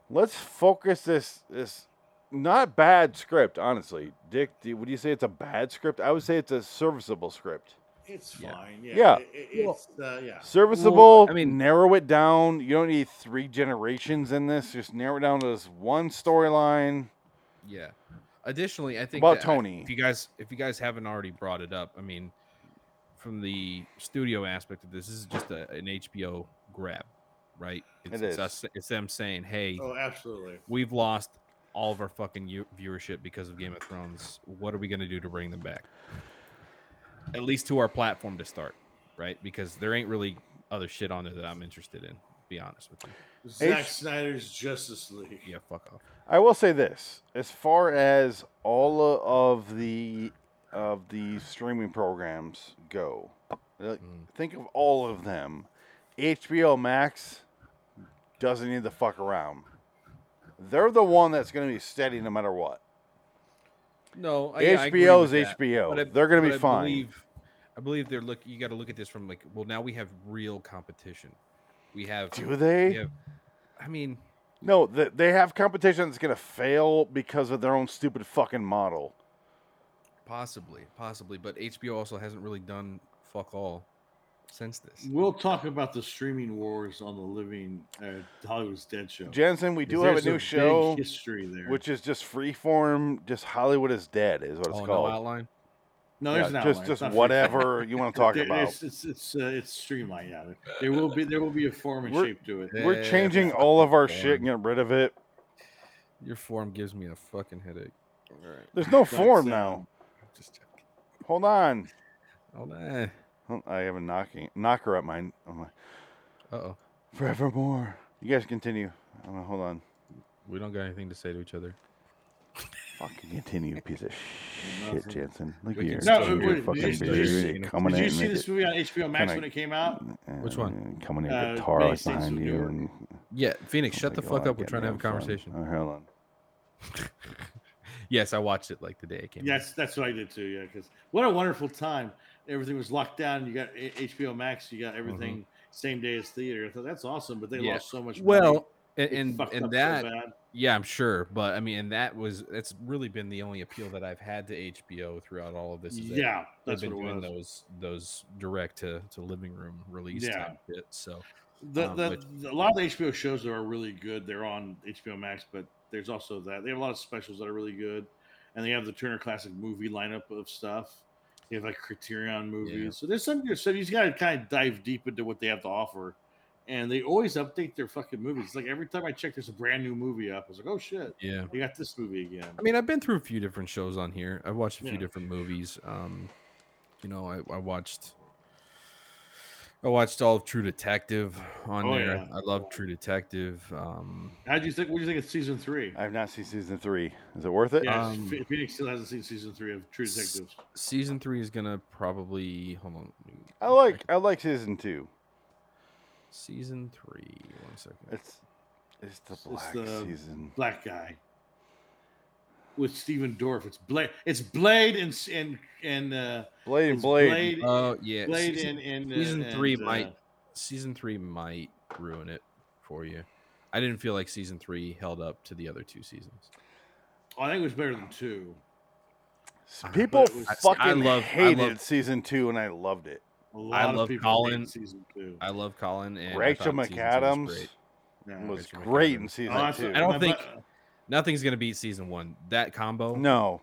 let's focus this this not bad script, honestly. Dick, do, would you say it's a bad script? I would say it's a serviceable script.
It's
Yeah.
fine. Yeah.
Yeah.
It- it- it's uh, yeah.
Serviceable.
I
I
mean-
mean, narrow it down. You don't need three generations in this. Just narrow it down to this one storyline.
Yeah. Additionally, I think
About
that I-
Tony.
if you guys, if you guys haven't already brought it up, I mean, from the studio aspect of this, this is just a, an HBO grab, right? It's,
It
it's
is.
us. It's them saying, hey,
Oh, absolutely.
we've lost all of our fucking u- viewership because of Game of Thrones. What are we going to do to bring them back? At least to our platform to start, right? Because there ain't really other shit on there that I'm interested in. to Be honest with you.
Zack
H-
Snyder's Justice League.
Yeah, fuck off.
I will say this: as far as all o- of the of the streaming programs go, like,
Hmm.
think of all of them. HBO Max doesn't need to fuck around. They're the one that's going to be steady no matter what.
No, I,
yeah, I agree with HBO's that, HBO.
HBO.
but I- They're gonna be but I fine.
Believe,
believe-
I believe they're look. You got to look at this from like, well, now we have real competition. We have.
Do they?
We have, I mean,
No, th- they have competition that's going to fail because of their own stupid fucking model.
possibly, possibly, but HBO also hasn't really done fuck all since this.
We'll talk about the streaming wars on the Living uh, Hollywood's Dead show.
Jensen, we do have a
There's
new
big
show,
history there.
which is just freeform. Just Hollywood is dead is what it's
Oh, no
called.
outline.
no, there's
Yeah,
not
just just
[laughs]
whatever you want to talk about.
It's it's it's, uh, it's streamlined. Yeah, there will be there will be a form and
We're-
shape to it.
We're
Yeah,
changing
yeah.
all of our
Yeah.
shit and getting rid of it.
Your form gives me a fucking headache. All right,
There's no
That's,
form
um,
now.
just checking.
Hold on.
Hold on.
Hold- I have a knocking knocker at mine. Oh my.
Uh oh,
Forevermore. You guys continue. I'm gonna hold on.
we don't got anything to say to each other.
Fucking continue, piece of shit, Jansen. Look at
We
your,
can
No,
look at
it-
your
it-
fucking
it's-
beard.
it's-
You're coming
Did
in.
you see
with
this
it-
movie on HBO Max
Kinda-
when it came out?
Which
uh,
one?
Coming in
Uh,
guitar
Bay
like
States
behind
of
you.
Newark.
And,
Yeah,
Oh
Phoenix, shut
my
the fuck
God,
up. We're
get
trying to
me
have a
on phone.
conversation.
Oh, hold on.
Yes, I watched it like the day it came. out.
Yes, that's what I did too. Yeah, because what a wonderful time. Everything was locked down. You got eh, A- HBO Max. You got everything same day as theater. I thought that's awesome, but they
Mm-hmm. Yeah.
lost so much. money.
Well, and
It
and,
fucked
and
up so
that,
bad.
yeah, I'm sure. But I mean, and that was that's really been the only appeal that I've had to HBO throughout all of this. Is that
yeah,
they've
that's what
been
it
doing
was.
those those direct to to living room release
Yeah.
type shit. So
The,
um,
the,
but-
the- a lot of the HBO shows are really good. They're on HBO Max, but there's also that they have a lot of specials that are really good, and they have the Turner Classic movie lineup of stuff. They have like Criterion movies, so there's some good stuff. You got to kind of dive deep into what they have to offer, and they always update their fucking movies. It's like every time I check, there's a brand new movie up. I was like, oh shit,
yeah.
they got this movie again.
I mean, I've been through a few different shows on here. I've watched a few
Yeah.
different movies. Um, you know, I, I watched I watched all of True Detective on
Oh,
there.
yeah.
I love True Detective. Um,
How do you think? What do you think of season three?
I've not seen season three. Is it worth it?
yeah,
um,
Ph- Phoenix still hasn't seen season three of True
S-
Detective.
season three is gonna probably hold on. let me-
I like I like season two.
season three. One second.
It's it's the
It's uh,
black
the-
season.
black guy with Steven Dorff. It's Blade. It's Blade and s- and and uh,
Blade and
it's
Blade.
Oh yeah,
Blade and,
season,
and uh,
season three
and, uh,
might season three might ruin it for you. I didn't feel like season three held up to the other two seasons.
oh, I think it was better than two.
S- People
it was-
fucking
I love- I
hated
love-
season two, and I loved it.
A lot
love
people
Colin.
hate season two.
I love Colin and I
Rachel
thought season two was
McAdams was
great.
great,
Yeah.
was Rachel
in
McAdams.
season
Oh, that's-
two.
I don't
my
think-
bu-
Nothing's gonna beat season one. That combo.
no,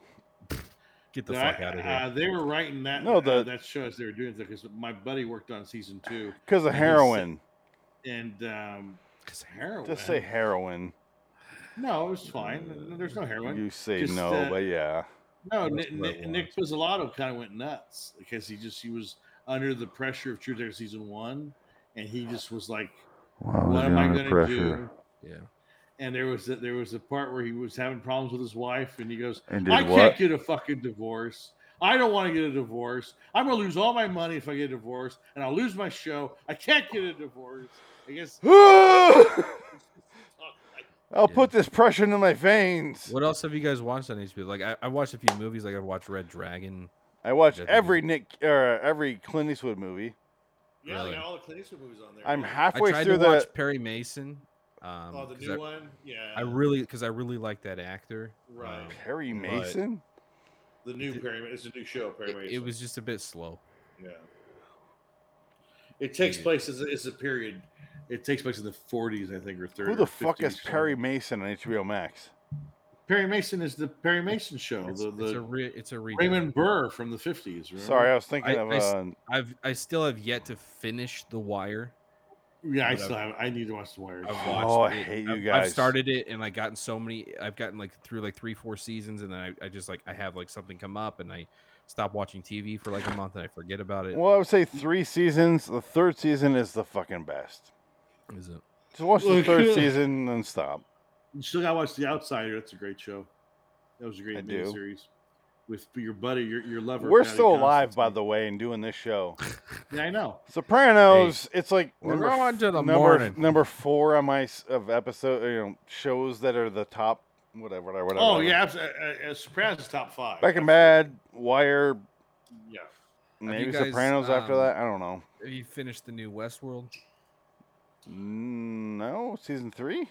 Get the
no,
fuck
I-
out of here.
uh, they were writing that.
No,
No,
the-
that show as they were doing it because my buddy worked on season two
because of
I just-
heroin.
and um, heroin.
Just say heroin.
no. It was fine. There's no heroin.
You say
Just,
no,
uh,
but yeah.
No,
That's
Nick,
what I
Nick,
want.
Nick Pizzolatto kind of went nuts because he just he was under the pressure of True Detective season one, and he just was like, "What am I going to do?"
yeah.
And there was a, there was a part where he was having problems with his wife, and he goes,
And
"I
did
can't
what?
get a fucking divorce. I don't want to get a divorce. I'm going to lose all my money if I get a divorce, and I'll lose my show. I can't get a divorce." I guess.
[laughs] I'll put this pressure into my veins.
What else have you guys watched on HBO? Like I, I watched a few movies. Like I watched Red Dragon.
I watch
That thing
every Nick or every Clint Eastwood movie.
Yeah,
Really?
they got all the Clint Eastwood movies on there.
I'm
yeah.
halfway
I tried
through
to
the.
watch Perry Mason. Um,
Oh, the
'cause
new
I,
one. Yeah.
I really because I really like that actor.
Right.
Um,
Perry
but
Mason.
the new
It-
Perry. It's a new show. Perry
it,
Mason.
it was just a bit slow.
Yeah.
It takes
Yeah.
place as a, as a period. It takes place in the 40s, I think, or 30s.
Who the fuck is Perry Mason on HBO Max?
Perry Mason is the Perry Mason
Oh,
show.
It's,
the,
it's a
the
re, it's a redo.
Raymond Burr from the 50s. remember?
Sorry, I was thinking
I-
of.
I s-
uh,
I've I still have yet to finish The Wire.
Yeah, I
But
still have, I need to watch The Wire.
I've watched.
Oh, I
it.
hate
I've-
you
I've
guys.
started it and like gotten so many. I've gotten like through like three, four seasons, and then I, I just like I have like something come up, and I stop watching TV for like a month, and I forget about it.
Well, I would say three seasons. The third season is the fucking best.
Is it?
Just watch the
[laughs]
Look,
third
yeah.
season and stop.
You still got to watch The Outsider. That's a great show. That was
I
a great
do.
series with your buddy, your, your lover.
We're
Patty
still alive, by
Constantine.
the way, and doing this
[laughs]
show.
Yeah, I know.
Sopranos. It's like
We're
number,
going to the
number
morning.
number four on my s- of episode. You know, shows that are the top whatever, whatever. whatever,
Oh,
whatever.
yeah. abs- uh, uh, Sopranos is top five.
Breaking Bad, Wire,
Yeah.
maybe
you guys,
Sopranos after
um,
that. I don't know.
Have you finished the new Westworld?
Mm, No, season three.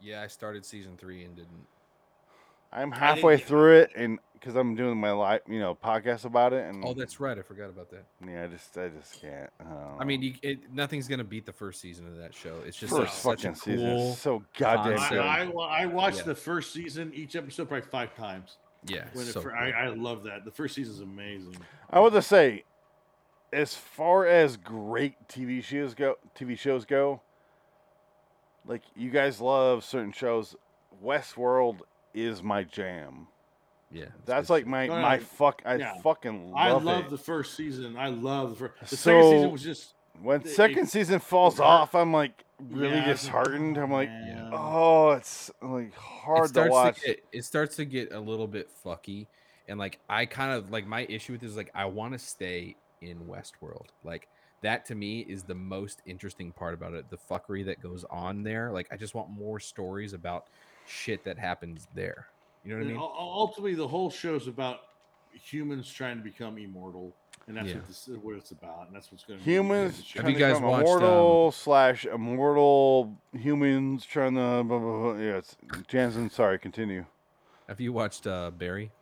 Yeah, I started season three and didn't.
I'm
didn't
halfway
get-
through it, and because I'm doing my live, you know, podcast about it, and
Oh, that's right. I forgot about that.
yeah, I just, I just can't. don't
I
know.
mean, you, it, nothing's gonna beat the first season of that show. It's just
Oh. first
such, such a
fucking season is
cool.
so goddamn
concept.
good.
I, I, I watched
Yeah.
the first season, each episode, probably five times.
Yeah,
When it
so
fir-
cool.
I, I love that. The first season's amazing.
I would just say, as far as great TV shows go, TV shows go, like you guys love certain shows. Westworld is my jam.
yeah, it's
That's
good
like
shit.
my
No, no,
my
no.
fucking I
Yeah.
fucking love,
I love
it.
the first season. I love the first.
So-
The second season was just
when
the-
second
it-
season falls
Yeah.
off, I'm like really
yeah, it's
disheartened. I'm like,
man.
oh, it's like
it
hard to
starts
watch.
get, it starts to get a little bit fucky, and like I kind of like my issue with this is like I want to stay in Westworld. Like that to me is the most interesting part about it. The fuckery that goes on there. Like I just want more stories about shit that happens there. You know what I
And
mean?
ul- ul- ultimately, the whole show's about humans trying to become immortal, and that's
Yeah.
what this is what it's about, and that's what's going to
Humans
Have
trying
you
to
guys
become
watched,
immortal slash immortal humans trying to blah, blah, blah. yeah it's Jansen sorry continue
Have you watched uh, Barry?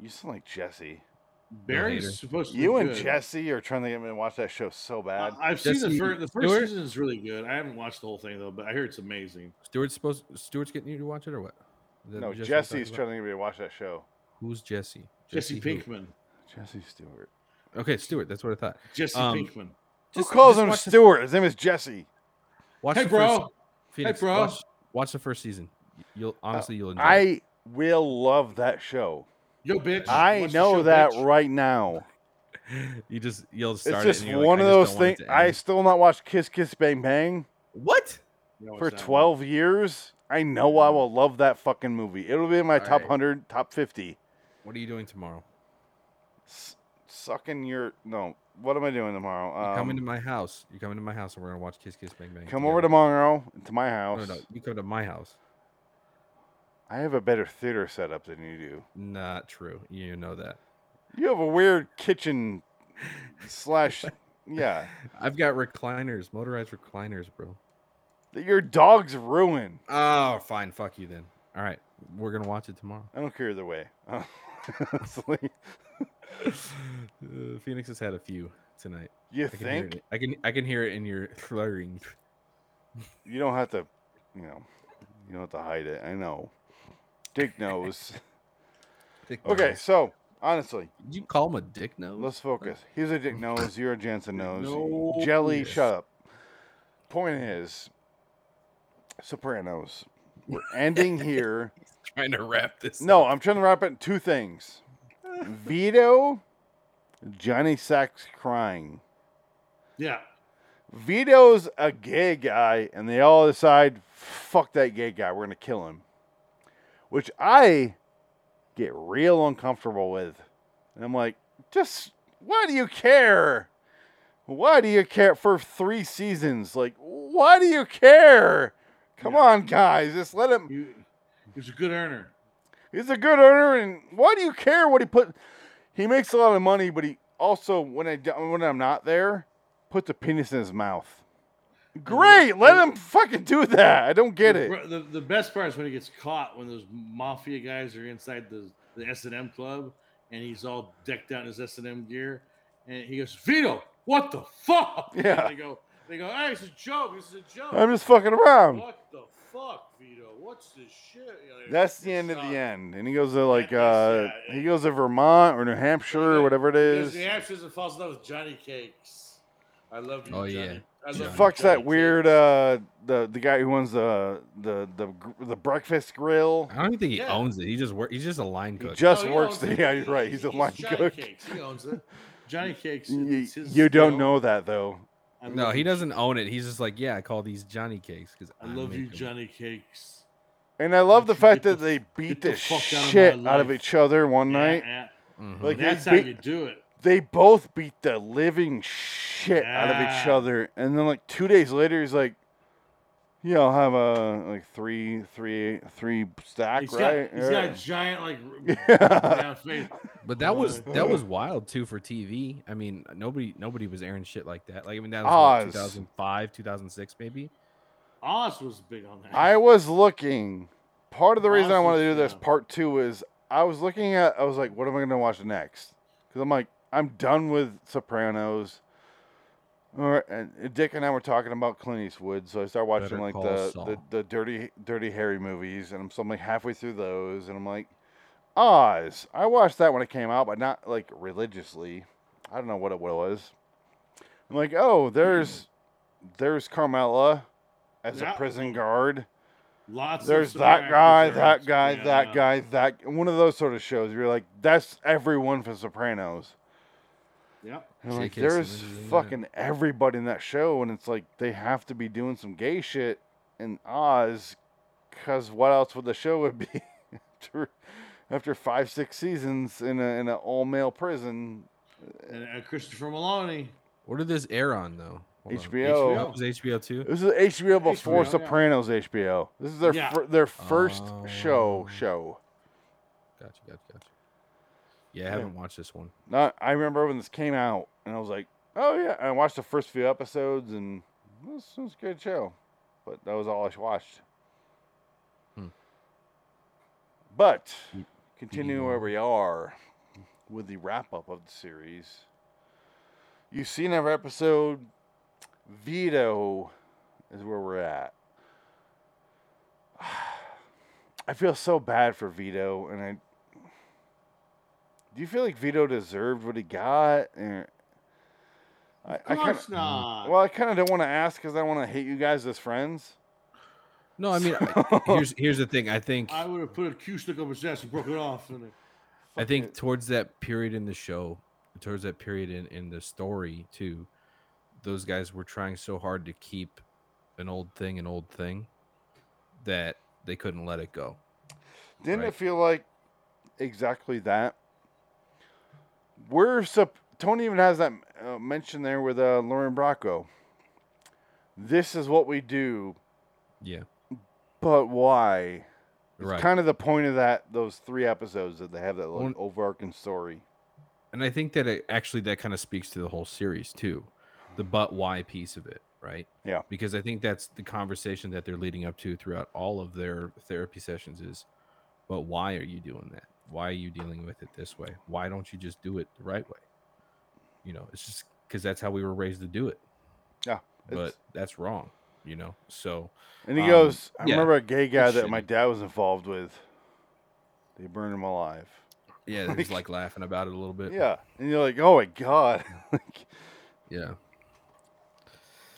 you sound like Jesse
Hader.
Barry's supposed to. be
you and
good. Uh,
Jesse are trying to get me to watch that show so
I-
bad
I've seen
Jesse
the first. The first
Stewart?
season is really good. I haven't watched the whole thing though, but I hear it's amazing.
Stewart's supposed Stewart's getting you to watch it or what? Is that
no
the Jesse we're
Jesse's
talking about?
trying to get me to watch that show
Who's Jesse?
Jesse,
who?
Pinkman.
Jesse Stewart
Okay, Stewart. That's what I thought.
Jesse
Um,
Pinkman.
who calls him
watch the-
Stewart his name is Jesse
watch
Hey,
the
bro.
First, Phoenix,
bro.
Watch, watch the first season. You'll honestly you'll enjoy. it.
Uh,
[laughs]
I will love that show
Yo, bitch.
I
watch the
know
show,
that
bitch.
right now
you just you'll
it's
start.
just
it and you're
one
like,
of
I
those
just don't want
things
it to
I
end."
still not watched Kiss Kiss Bang Bang
what?
No, it's
for
not.
12 years, I know I will love that fucking movie. It'll be in my
All
top
right.
100, top 50.
What are you doing tomorrow?
S- sucking your. No, what am I doing tomorrow?
You
Um,
come into my house. You come into my house, and we're gonna watch Kiss Kiss Bang Bang.
come over
together.
tomorrow to my house.
No, no, you come to my house.
I have a better theater setup than you do.
Not true. You know that.
You
[laughs]
have a weird kitchen slash. Yeah.
I've got recliners, motorized recliners, bro.
That your dog's ruin.
Oh, fine. Fuck you then. All right, we're gonna watch it tomorrow. [laughs]
I don't care either way. [laughs] Honestly,
Uh, Phoenix has had a few tonight.
you
I can, hear
think
it. I can I can hear it in your [laughs] slurring.
you don't have to, you know, you don't have to hide it. I know. Dick knows.
Dick
Okay,
nose.
so honestly,
Did you call him a dick nose?
let's focus. He's a dick nose. You're a Jensen nose.
No.
Jelly,
Yes.
shut up. Point is, Sopranos. We're ending here.
Trying to wrap this.
No,
up.
I'm trying to wrap it in two things. Vito, Johnny Sacks crying.
Yeah.
Vito's a gay guy, and they all decide, fuck that gay guy, we're gonna kill him. Which I get real uncomfortable with. And I'm like, just why do you care? Why do you care for three seasons? Like, why do you care? Come
Yeah.
on, guys, just let him
You, he's a good earner.
He's a good earner, and why do you care what he put? He makes a lot of money, but he also, when I don't- when I'm not there, puts a penis in his mouth. Great, let him fucking do that. I don't get it.
The, the, the best part is when he gets caught when those mafia guys are inside the, the S&M club and he's all decked out in his S&M gear and he goes, Vito, what the fuck?
[laughs]
And
Yeah.
they go, they go, hey, it's a joke. This is a joke.
I'm just um, fucking around.
what the fuck, Vito? What's this shit? You know,
That's
it
the end of the
sucks.
end. And he goes to like,
That
uh,
is, yeah.
he goes to Vermont or New Hampshire or whatever it
Because
is.
New Hampshire's and falls in love with Johnny Cakes. I love you,
Oh,
Johnny.
yeah.
I love
Johnny.
you,
Fucks that
Johnny
weird,
Cakes.
uh, the the guy who owns the the the gr- the breakfast grill.
I don't even think he
Yeah.
owns it. He just work. He's just a line
He
cook.
just
No, Oh, he
works.
owns
The, [laughs]
it.
yeah, you're right. He's a line
Johnny
cook.
Cakes. He owns it. Johnny Cakes.
You,
it's his
you don't
deal.
know that though.
I
no,
love
he
you,
doesn't own it. He's just like, yeah, I call these Johnny cakes because
I love you, Johnny Cakes.
And I love the
Get
fact
the
that they
f-
beat
get
the,
the fuck out of my
shit out of
life.
each other one
Yeah,
night.
yeah.
Mm-hmm.
Like they,
That's how
beat-
you do it.
they both beat the living shit out of each
Yeah.
other. And then like two days later, he's like, "Yeah, I'll have a like three, three, three stack,
He's got,
right?"
he's got a
[laughs]
giant like
Yeah.
round face.
But that was
Right.
uh,
that was wild too for TV. I mean, nobody nobody was airing shit like that. Like I mean, that was
Oz.
what, 2005, 2006, maybe.
Oz was big on that.
I was looking. Part of the reason I
Awesome
want to do this
show.
part two is I was looking at. I was like, "What am I going to watch next?" Because I'm like, I'm done with Sopranos. Or and Dick and I were talking about Clint Eastwood, so I started watching
Better
like
Call
the,
Saul.
the the dirty Dirty Harry movies, and I'm so I'm like halfway through those, and I'm like, Oz. I watched that when it came out, but not like religiously. I don't know what it was. I'm like, oh, there's there's Carmela as
Yeah.
a prison guard.
Lots.
There's
of
that guy, that
survivors.
guy, that
Yeah.
guy, that one of those sort of shows. You're like, that's everyone from Sopranos.
Yep.
And I'm like,
Jake Hansen
there's
was in that.
fucking everybody in that show, and it's like they have to be doing some gay shit in Oz, because what else would the show would be [laughs] after, after five, six seasons in a in an all male prison?
And uh, Christopher Maloney.
What did this air on though? Hold on.
HBO.
That was HBO too.
This is HBO before
HBO, yeah.
Sopranos. HBO. This is their
Yeah.
fir- their first show
Oh.
show.
Gotcha, gotcha, gotcha. Yeah, I haven't watched this one.
Not, I remember when this came out, and I was like, "Oh yeah!" And I watched the first few episodes, and this was a good show, but that was all I watched.
Hmm.
But
You-
continuing where we are with the wrap up of the series, you've seen every episode. Vito is where we're at. [sighs] I feel so bad for Vito, and I do you feel like Vito deserved what he got? Or, I, I
Of
kind
course
of
not.
well, I kind of don't want to ask because I don't want to hate you guys as friends.
No,
[laughs]
I mean, I- here's here's the thing. I think
I would have put a Q stick up his ass and broke it off. And
I think towards that period in the show, towards that period in, in the story too, those guys were trying so hard to keep an old thing an old thing that they couldn't let it go.
Didn't it
Right.
feel like exactly that? We're sup- Tony even has that uh, mention there with uh, Lauren Bracco. This is what we do,
Yeah.
but why? It's
Right.
kind of the point of that those three episodes that they have that like,
Well-
overarching story.
and I think that it actually that kind of speaks to the whole series too, the but why piece of it, right?
Yeah.
Because I think that's the conversation that they're leading up to throughout all of their therapy sessions is, but why are you doing that? why are you dealing with it this way? Why don't you just do it the right way? You know, it's just because that's how we were raised to do it.
Yeah,
but
it's-
that's wrong. You know, so
And he
Um,
goes, I
yeah,
remember a gay guy that my
shitty.
dad was involved with. They burned him alive.
yeah, he's like laughing about it a little bit.
Yeah. And you're like, oh my God. [laughs] like,
yeah.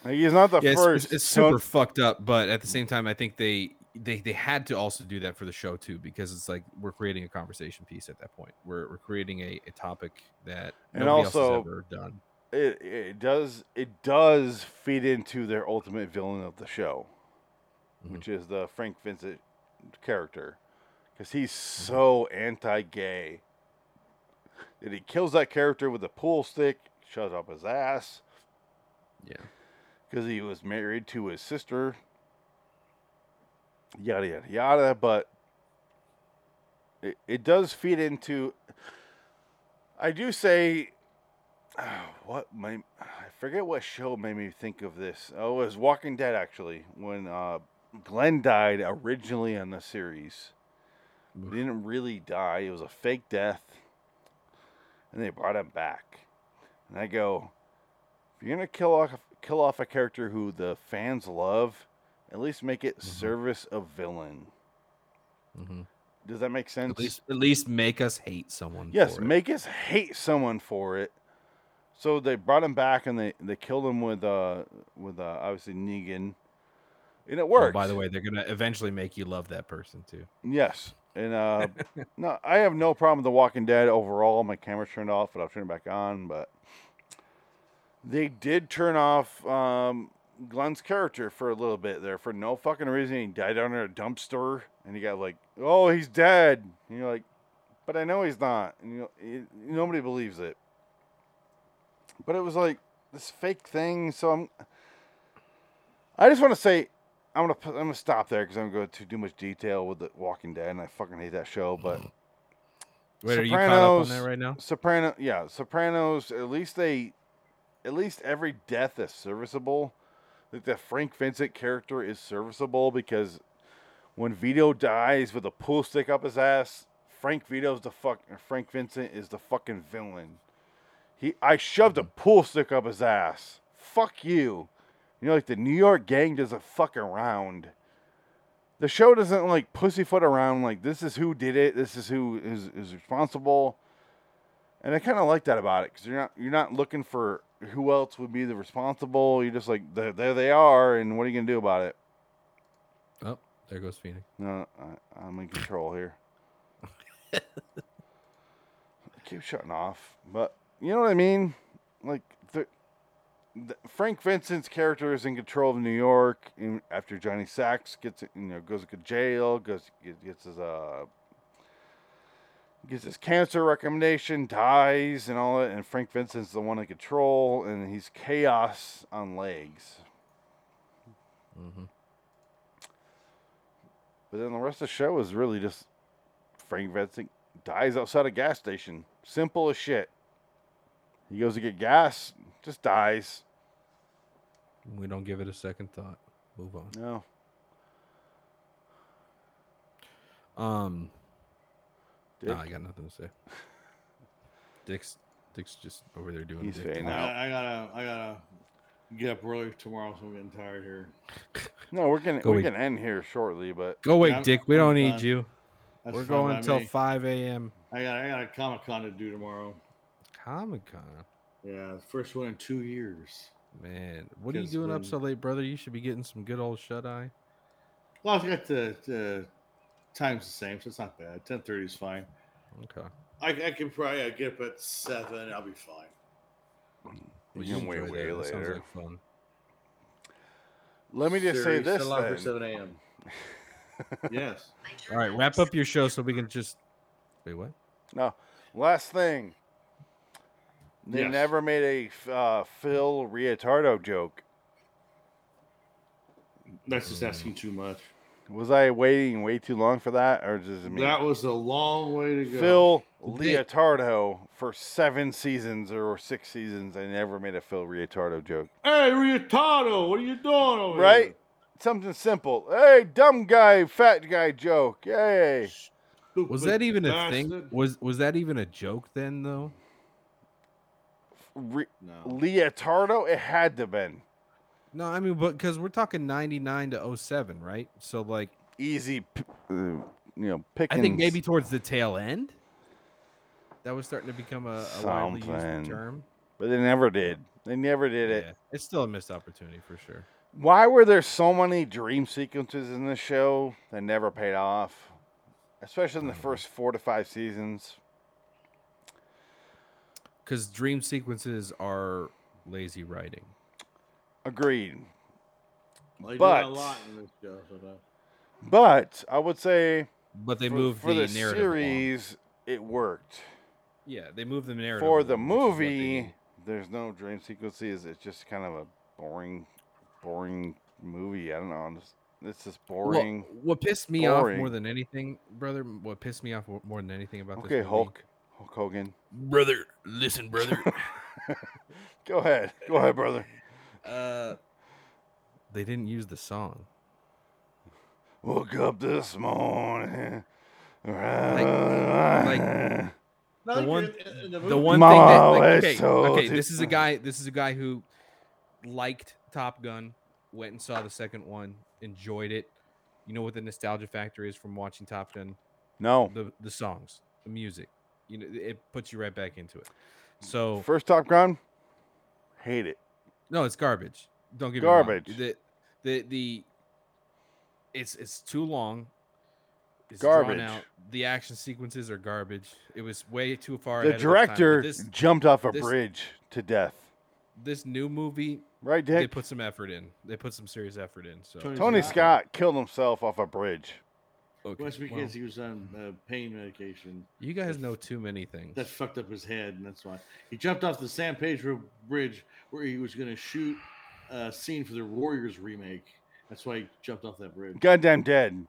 like, he's not the
yeah, it's-
first. Mm.
It's, it's
Tony-
super fucked up, but at the same time, I think they they they had to also do that for the show too, because it's like we're creating a conversation piece at that point. We're we're creating a, a topic that
And
nobody
also-
else has ever done.
it, it does it does feed into their ultimate villain of the show,
Mhm.
which is the Frank Vincent character, because he's so anti-gay that he kills that character with a pool stick, shoves up his ass,
Yeah,
because he was married to his sister. Yada yada yada, but it, it does feed into. I do say, [sighs] what my I forget what show made me think of this. Oh, it was Walking Dead actually when uh, Glenn died originally on the series. He
Oof.
didn't really die. It was a fake death, and they brought him back. And I go, if you're gonna kill off kill off a character who the fans love, at least make it
Mm-hmm.
service of villain.
hmm
Does that make sense?
at least at least make us hate someone.
yes,
for it.
make us hate someone for it. So they brought him back and they, they killed him with uh with uh, obviously Negan, and it
Oh,
worked.
by the way, they're gonna eventually make you love that person too.
yes. And uh, no, I have no problem with The Walking Dead overall. My camera's turned off, but I'll turn it back on. But they did turn off um, Glenn's character for a little bit there for no fucking reason. He died under a dumpster, and you got like, oh, he's dead. And you're like, but I know he's not. And you know, it, nobody believes it. But it was like this fake thing. So I'm. I just want to say, I'm gonna put, I'm gonna stop there because I'm going to too much detail with the Walking Dead, and I fucking hate that show. But
Wait, are you caught up on
Sopranos-
that right now?
Soprano, yeah, Sopranos. At least they, at least every death is serviceable. Like the Frank Vincent character is serviceable because when Vito dies with a pool stick up his ass, Frank Vito's the fuck. Frank Vincent is the fucking villain. He, I shoved a pool stick up his ass. Fuck you. You know, like the New York gang doesn't fuck around. The show doesn't like pussyfoot around. Like this is who did it. This is who is, is responsible. And I kind of like that about it because you're not you're not looking for who else would be the responsible. You're just like there, there they are, and what are you gonna do about it?
Oh, there goes Phoenix.
No, I, I'm in control here. I keep shutting off, but you know what I mean. Like the, the Frank Vincent's character is in control of New York and after Johnny Sachs gets you know goes to jail, goes gets his uh gets his cancer recommendation, dies and all that, and Frank Vincent's the one in control, and he's chaos on legs.
hmm
But then the rest of the show is really just Frank Vincent dies outside a gas station. Simple as shit. He goes to get gas, just dies.
We don't give it a second thought. Move on.
No.
Um,
Dick.
Nah, I got nothing to say. Dick's Dick's just over there doing.
He's
dick
fading
thing.
I,
out.
I gotta, I gotta get up early tomorrow, so I'm getting tired here.
No, we're gonna
Go
we
eat.
can end here shortly, but
Go away,
I'm-
Dick. We
I'm
don't need
done.
you.
That's
We're
fine
going
by
until
me.
five a.m.
I got, I got a Comic Con to do tomorrow.
Comic Con.
Yeah, first one in two years.
Man, what are you
Guess
doing up
when-
so late, brother? You should be getting some good old shut eye.
Well, I've got the, the time's the same, so it's not bad. Ten thirty is fine.
Okay.
I, I can probably uh, get up at seven. I'll be fine.
we
you
can wait
enjoy
way
that. That sounds
later.
like fun.
Let me just say
Serious
this.
Still live for
then. [laughs]
seven a.m.
Yes.
All right, wrap up your show so we can just. Wait, what?
No. Last thing. They
Yes.
never made a uh, Phil Riotardo joke.
That's just asking too much.
Was I waiting way too long for that, or does it mean
That was a long way to go.
Phil
Dick.
Leotardo for seven seasons or six seasons. I never made a Phil Leotardo joke.
Hey, Riotado, what are you doing
Oh,
over
Right? Something simple. Hey, dumb guy, fat guy joke.
here?
Yay.
Was
Stupid
that even a thing?
bastard.
Was was that even a joke then though?
Re-
No.
Leotardo, it had to been
No, I mean, but because we're talking ninety nine to 07, right? So like,
easy. p- uh, you know, picking.
I think maybe towards the tail end, that was starting to become a, a widely
Something.
used term.
but they never did. They never did it.
Yeah, it's still a missed opportunity for sure.
Why were there so many dream sequences in this show that never paid off? Especially in the first four to five seasons.
Because dream sequences are lazy writing.
Agreed.
Well, they do
But-
that a lot in this show. So that-
But I would say
But they
for,
moved
for
the,
the
narrative. along.
series, it worked.
Yeah, they moved the narrative.
for the
along, which is what they
movie,
need.
there's no dream sequences. It's just kind of a boring, boring movie. I don't know. I'm just, it's just
Well,
boring.
what pissed me off more
Boring.
than anything, brother? What pissed me off more than anything about this?
okay,
movie-
Hulk, Hulk Hogan,
brother. Listen, brother.
[laughs] go ahead, go ahead, brother.
uh, they didn't use the song.
Woke up this morning.
like-
Not
The
like
one-
in- in the
the
movie.
one thing that
Mom,
like,
it's
okay,
so
okay this is a
different.
guy this is a guy who liked top gun went and saw the second one enjoyed it you know what the nostalgia factor is from watching top gun
no.
the the songs the music you know it puts you right back into it so
First Top Gun, hate it.
no it's garbage don't get me wrong.
Garbage.
the the the it's it's too long it's
Garbage.
drawn out. the action sequences are garbage it was way too far
The
ahead of its time, but
director
this,
jumped off a
this-
bridge to death.
this new movie
Right,
they
Dick?
put some effort in. They put some serious effort in. So
Tony-
Tony
Scott.
Scott killed himself off a bridge.
Okay,
Well, that's because
well,
he was on uh, pain medication.
you guys know too many things.
That fucked up his head, and that's why he jumped off the San Pedro Bridge where he was going to shoot a scene for the Warriors remake. That's why he jumped off that bridge.
Goddamn dead.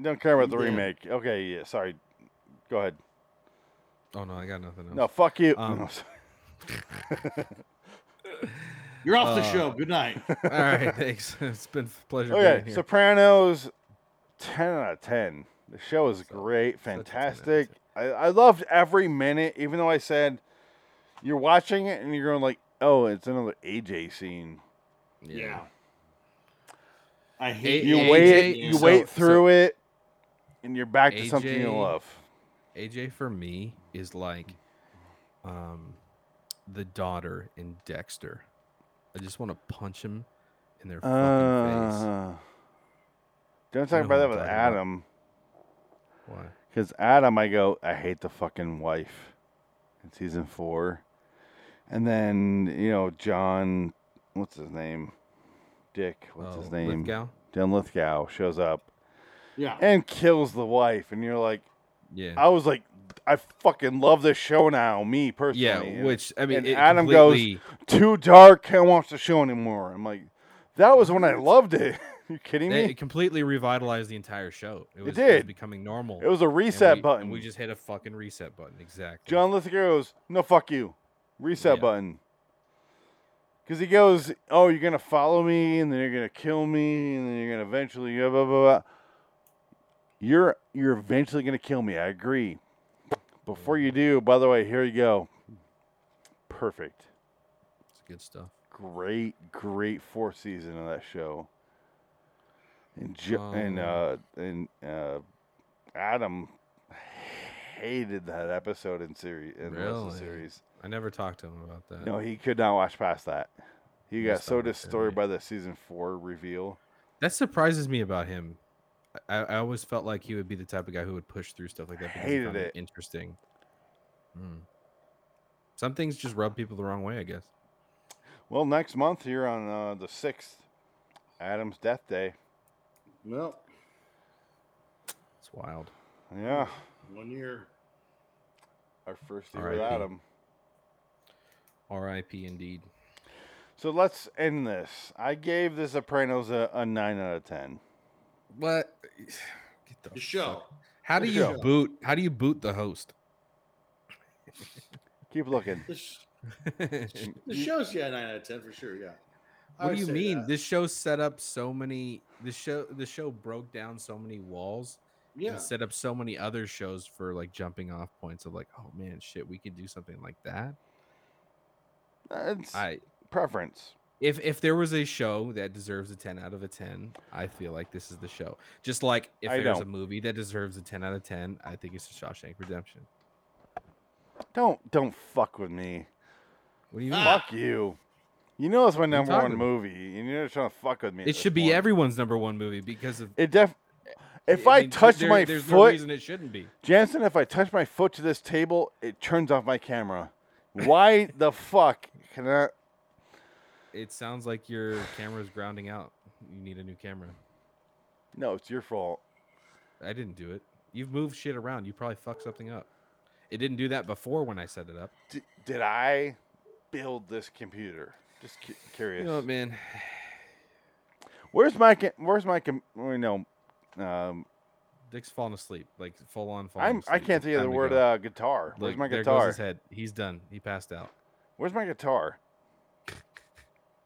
Don't care about the
Dead.
remake. Okay, yeah, sorry. Go ahead.
Oh no, I got nothing else.
No, fuck you. [laughs] No,
Um,
sorry.
You're off the
Uh,
show. Good night.
[laughs] All right, thanks. [laughs] It's been a pleasure being
okay,
here.
Sopranos, 10 out of 10. The show is great,
such a 10 out of
fantastic. I, I loved every minute, even though I said you're watching it and you're going like, oh, it's another AJ scene.
yeah. I
A-
hate
You
AJ
wait, you
so-
wait
so-
through it, and you're back to something you
AJ
love.
AJ for me is like, um, the daughter in Dexter. I just want to punch him in their fucking face.
Uh, don't talk
know
about that
who I'm
with
talking about.
Adam,
Why?
because Adam, I go, I hate the fucking wife in season four, and then you know John, what's his name, Dick, what's his
Oh,
name,
Lithgow?
John Lithgow shows up
Yeah.
and kills the wife, and you're like,
Yeah.
I was like, I fucking love this show now, me personally.
yeah,
and-
which I mean,
and
it
Adam goes,
completely-
too dark. Can't watch the show anymore. I'm like, that was when I loved it. [laughs] you kidding
They-
me?
It completely revitalized the entire show. It, was, was
did.
becoming normal.
It was a
and
reset
we-
button.
And we just hit a fucking reset button. Exactly.
John Lithgow goes, no, fuck you. Reset
Yeah.
button. Because he goes, oh, you're gonna follow me, and then you're gonna kill me, and then you're gonna eventually blah blah blah. blah. You're you're eventually gonna kill me. I agree. Before you do, by the way, here you go. Perfect.
It's good stuff.
great, great fourth season of that show. And jo- and
Um,
uh, and uh, Adam hated that episode in series in the rest of the
Really?
series.
I never talked to him about that.
No, he could not watch past that. He got
Must
so
not be fair,
destroyed
right?
by the season four reveal.
That surprises me about him. I, I always felt like he would be the type of guy who would push through stuff like that. because he
Hated
found
it.
Interesting. Hmm. Some things just rub people the wrong way, I guess.
Well, next month here on uh, the sixth, Adam's death day.
well,
It's wild.
Yeah,
one year.
our first year with
R.I.P..
Adam.
R.I.P. Indeed.
So let's end this. I gave The Sopranos a, a nine out of ten.
What? [sighs] Get the
The
fuck-
show.
How do
The
you
show.
boot? How do you boot the host? [laughs]
Keep looking.
The, sh-
what
the show's yeah nine out of ten for sure. Yeah. I
do
would
you
say
mean?
that.
This show set up so many. This show. The show broke down so many walls
Yeah.
and set up so many other shows for like jumping off points of like, oh man, shit, we could do something like that.
Uh, It's
[laughs] I
preference.
if if there was a show that deserves a 10 out of a 10, I feel like this is the show. Just like if
I
there's a
don't.
movie that deserves a 10 out of 10, I think it's the Shawshank Redemption.
Don't don't fuck with me.
What do you mean?
Ah,
Fuck you. You know it's my
you
number one
talking about?
movie, and you're trying to fuck with me. at
it
this
should be
point.
everyone's number one movie because of
It def. If I,
mean, th-
touch
there-
my
there's no
foot,
reason it shouldn't be.
Jansen, if I touch my foot to this table, it turns off my camera.
[laughs]
Why the fuck can I?
It sounds like your camera's grounding out. You need a new camera.
No, it's your fault.
I didn't do it. You've moved shit around. You probably fucked something up. It didn't do that before when I set it up.
D- did I build this computer? Just cu-
You
curious.
know what, man?
Where's my com- Where's my com- well, no, um,
Dick's falling asleep, like full on falling
I'm I
asleep.
can't think of the
Time to
word
go.
uh, guitar. Where's
Look,
my
there goes
guitar?
his head. He's done. He passed out.
Where's my guitar?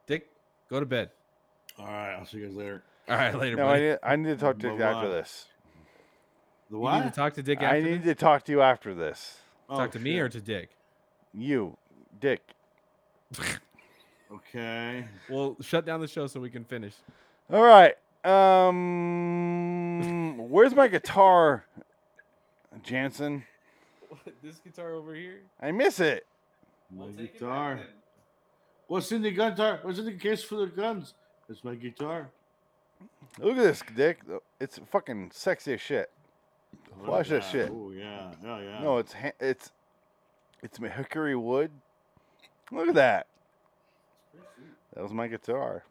Dick, go to bed. [laughs]
All right, I'll see you guys later.
All right, later.
No, I
buddy.
need, I need to talk to you
But
after
why?
this.
The
You need to
what?
talk to Dick after
I need to
this?
talk to you after this.
Oh,
talk to me
shit.
or to Dick.
You, Dick.
okay.
Well, shut down the show so we can finish.
All right. Um, [laughs] where's my guitar, Jansen?
[laughs] this guitar over here.
I miss it.
My guitar. What's in the guitar? What's in the case for the guns? It's my guitar.
Look at this, Dick. It's fucking sexy as shit.
Look
Watch
at
that shit.
Oh yeah, yeah, yeah.
No, it's ha- it's it's hickory wood. Look at that. That was my guitar.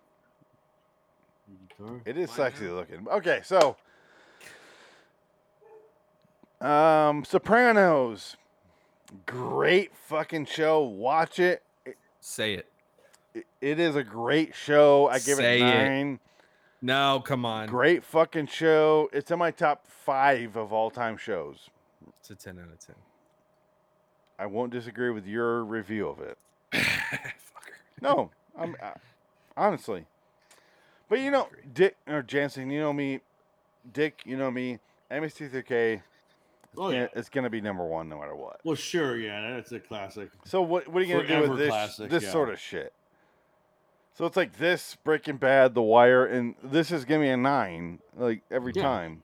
Guitar.
It is sexy looking. Okay, so um Sopranos. Great fucking show. Watch it.
Say it.
It- It is a great show. I give
Say
it
it.
9.
No, come on.
Great fucking show. It's in my top 5 of all-time shows.
It's a 10 out of 10.
I won't disagree with your review of it.
[laughs] Fucker.
[laughs]
No, I'm I, honestly. But you know, Dick or Jansen, you know me. Dick, you know me. MST3K.
Oh yeah.
It's gonna be number one no matter what.
Well, sure, yeah, that's a classic.
So what what are you gonna do
Forever
with this
classic,
this
yeah.
sort of shit? So it's like this Breaking Bad, The Wire, and this is gonna be a nine like every
Yeah.
time.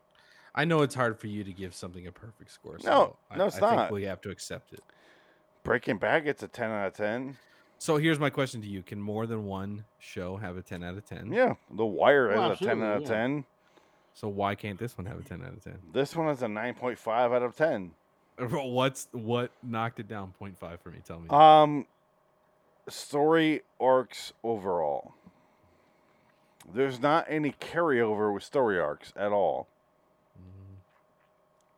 I know it's hard for you to give something a perfect score. So I,
no, it's
I
not.
Think we have to accept it.
Breaking Bad gets a ten out of ten.
So here's my question to you: Can more than one show have a 10 out of
Mm-hmm.
10?
Yeah, The Wire
Well,
has a ten out of
absolutely, yeah.
ten.
So why can't this one have a 10 out of 10?
This one has a nine point five out of ten.
What's what knocked it down 0.5 for me? Tell me.
Um, story arcs overall. There's not any carryover with story arcs at all,
Mm.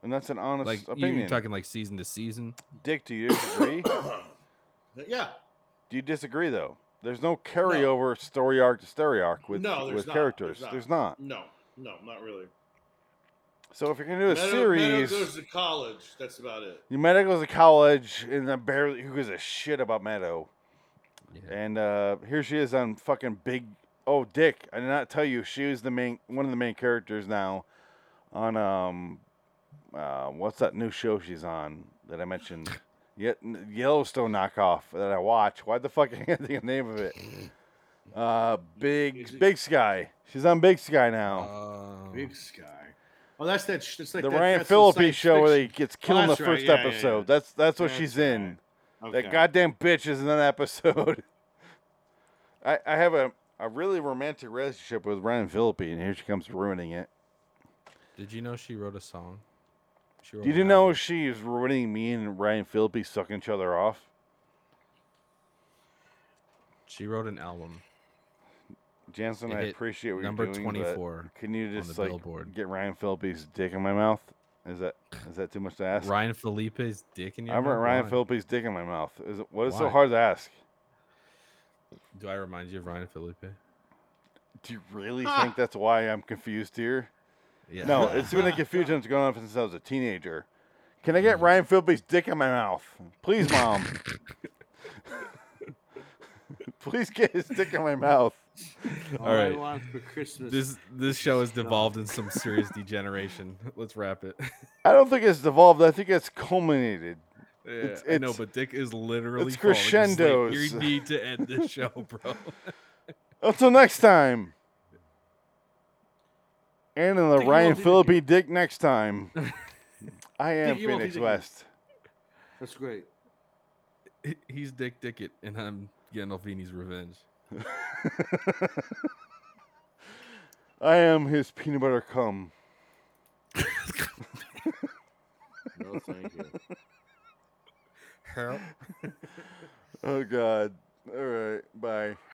and that's an honest
like you-
opinion.
you're talking like season to season.
Dick, do you disagree? do
[clears throat] yeah.
you disagree though? There's no carryover story arc to story arc with
No, there's
with
not. There's
characters.
not. No, no, not really.
So if you're gonna do a
Meadow- Meadow
series,
goes to college. That's about it.
you Meadow goes to college, and I barely who gives a shit about Meadow.
Yeah.
And uh, here she is on fucking big. Oh, Dick! I did not tell you she was the main one of the main characters now, on um, uh, what's that new show she's on that I mentioned? Yet Yellowstone knockoff that I watch. Why the fuck [laughs] I can't think of the name of it? Uh,
Is
Big
it-
Big Sky. She's on Big Sky now.
Oh.
Big Sky. Oh, that's that. sh- It's like
the
Uh, that,
Ryan
that's those
Phillippe
science
show where
fiction- Oh,
they gets killed in the
that's right.
first
Yeah, yeah, yeah.
episode. That's that's what
That's
she's
right.
in.
Okay.
That goddamn bitch is in that episode. [laughs] I, I have a, a really romantic relationship with Ryan Phillippe, and here she comes ruining it.
Did you know she wrote a song? She wrote
Did
an
you know
album.
she's ruining me and Ryan Phillippe sucking each other off?
she wrote an album?
Jansen,
It
I
hit
appreciate what
number
you're doing. but
24
Can you
on
just
the
like
Billboard.
get Ryan Phillippe's dick in my mouth? Is that is that too much to ask?
Ryan Felipe's dick in your
I want
mouth?
Ryan
Why?
Phillippe's dick in my mouth. Is it, what is so
Why?
hard to ask?
Do I remind you of Ryan Felipe?
Do you really
Ah!
think that's why I'm confused here?
Yeah. [laughs]
No, it's been a confusion that's gone on since I was a teenager. Can I get Ryan Phillippe's dick in my mouth? Please, mom. [laughs] Please get his dick in my mouth.
All right.
want for Christmas.
This this
[laughs]
show has devolved in some serious degeneration. [laughs] Let's wrap it.
I don't think it's devolved. I think it's culminated.
Yeah,
It's-
I know,
it's-
but Dick is literally
it's
falling asleep.
crescendos. [laughs]
you need to end this show, bro. [laughs]
Until next time. And in the
Dick, you
Ryan
won't do
Philippi Dick next
[laughs]
time. I am
Dick, you won't do
Phoenix
that.
West. [laughs]
That's great.
He- He's Dick Dickett, and I'm Gandolfini's revenge.
I am his peanut butter cum.
No, thank you.
Harold.
Oh God. All right. Bye.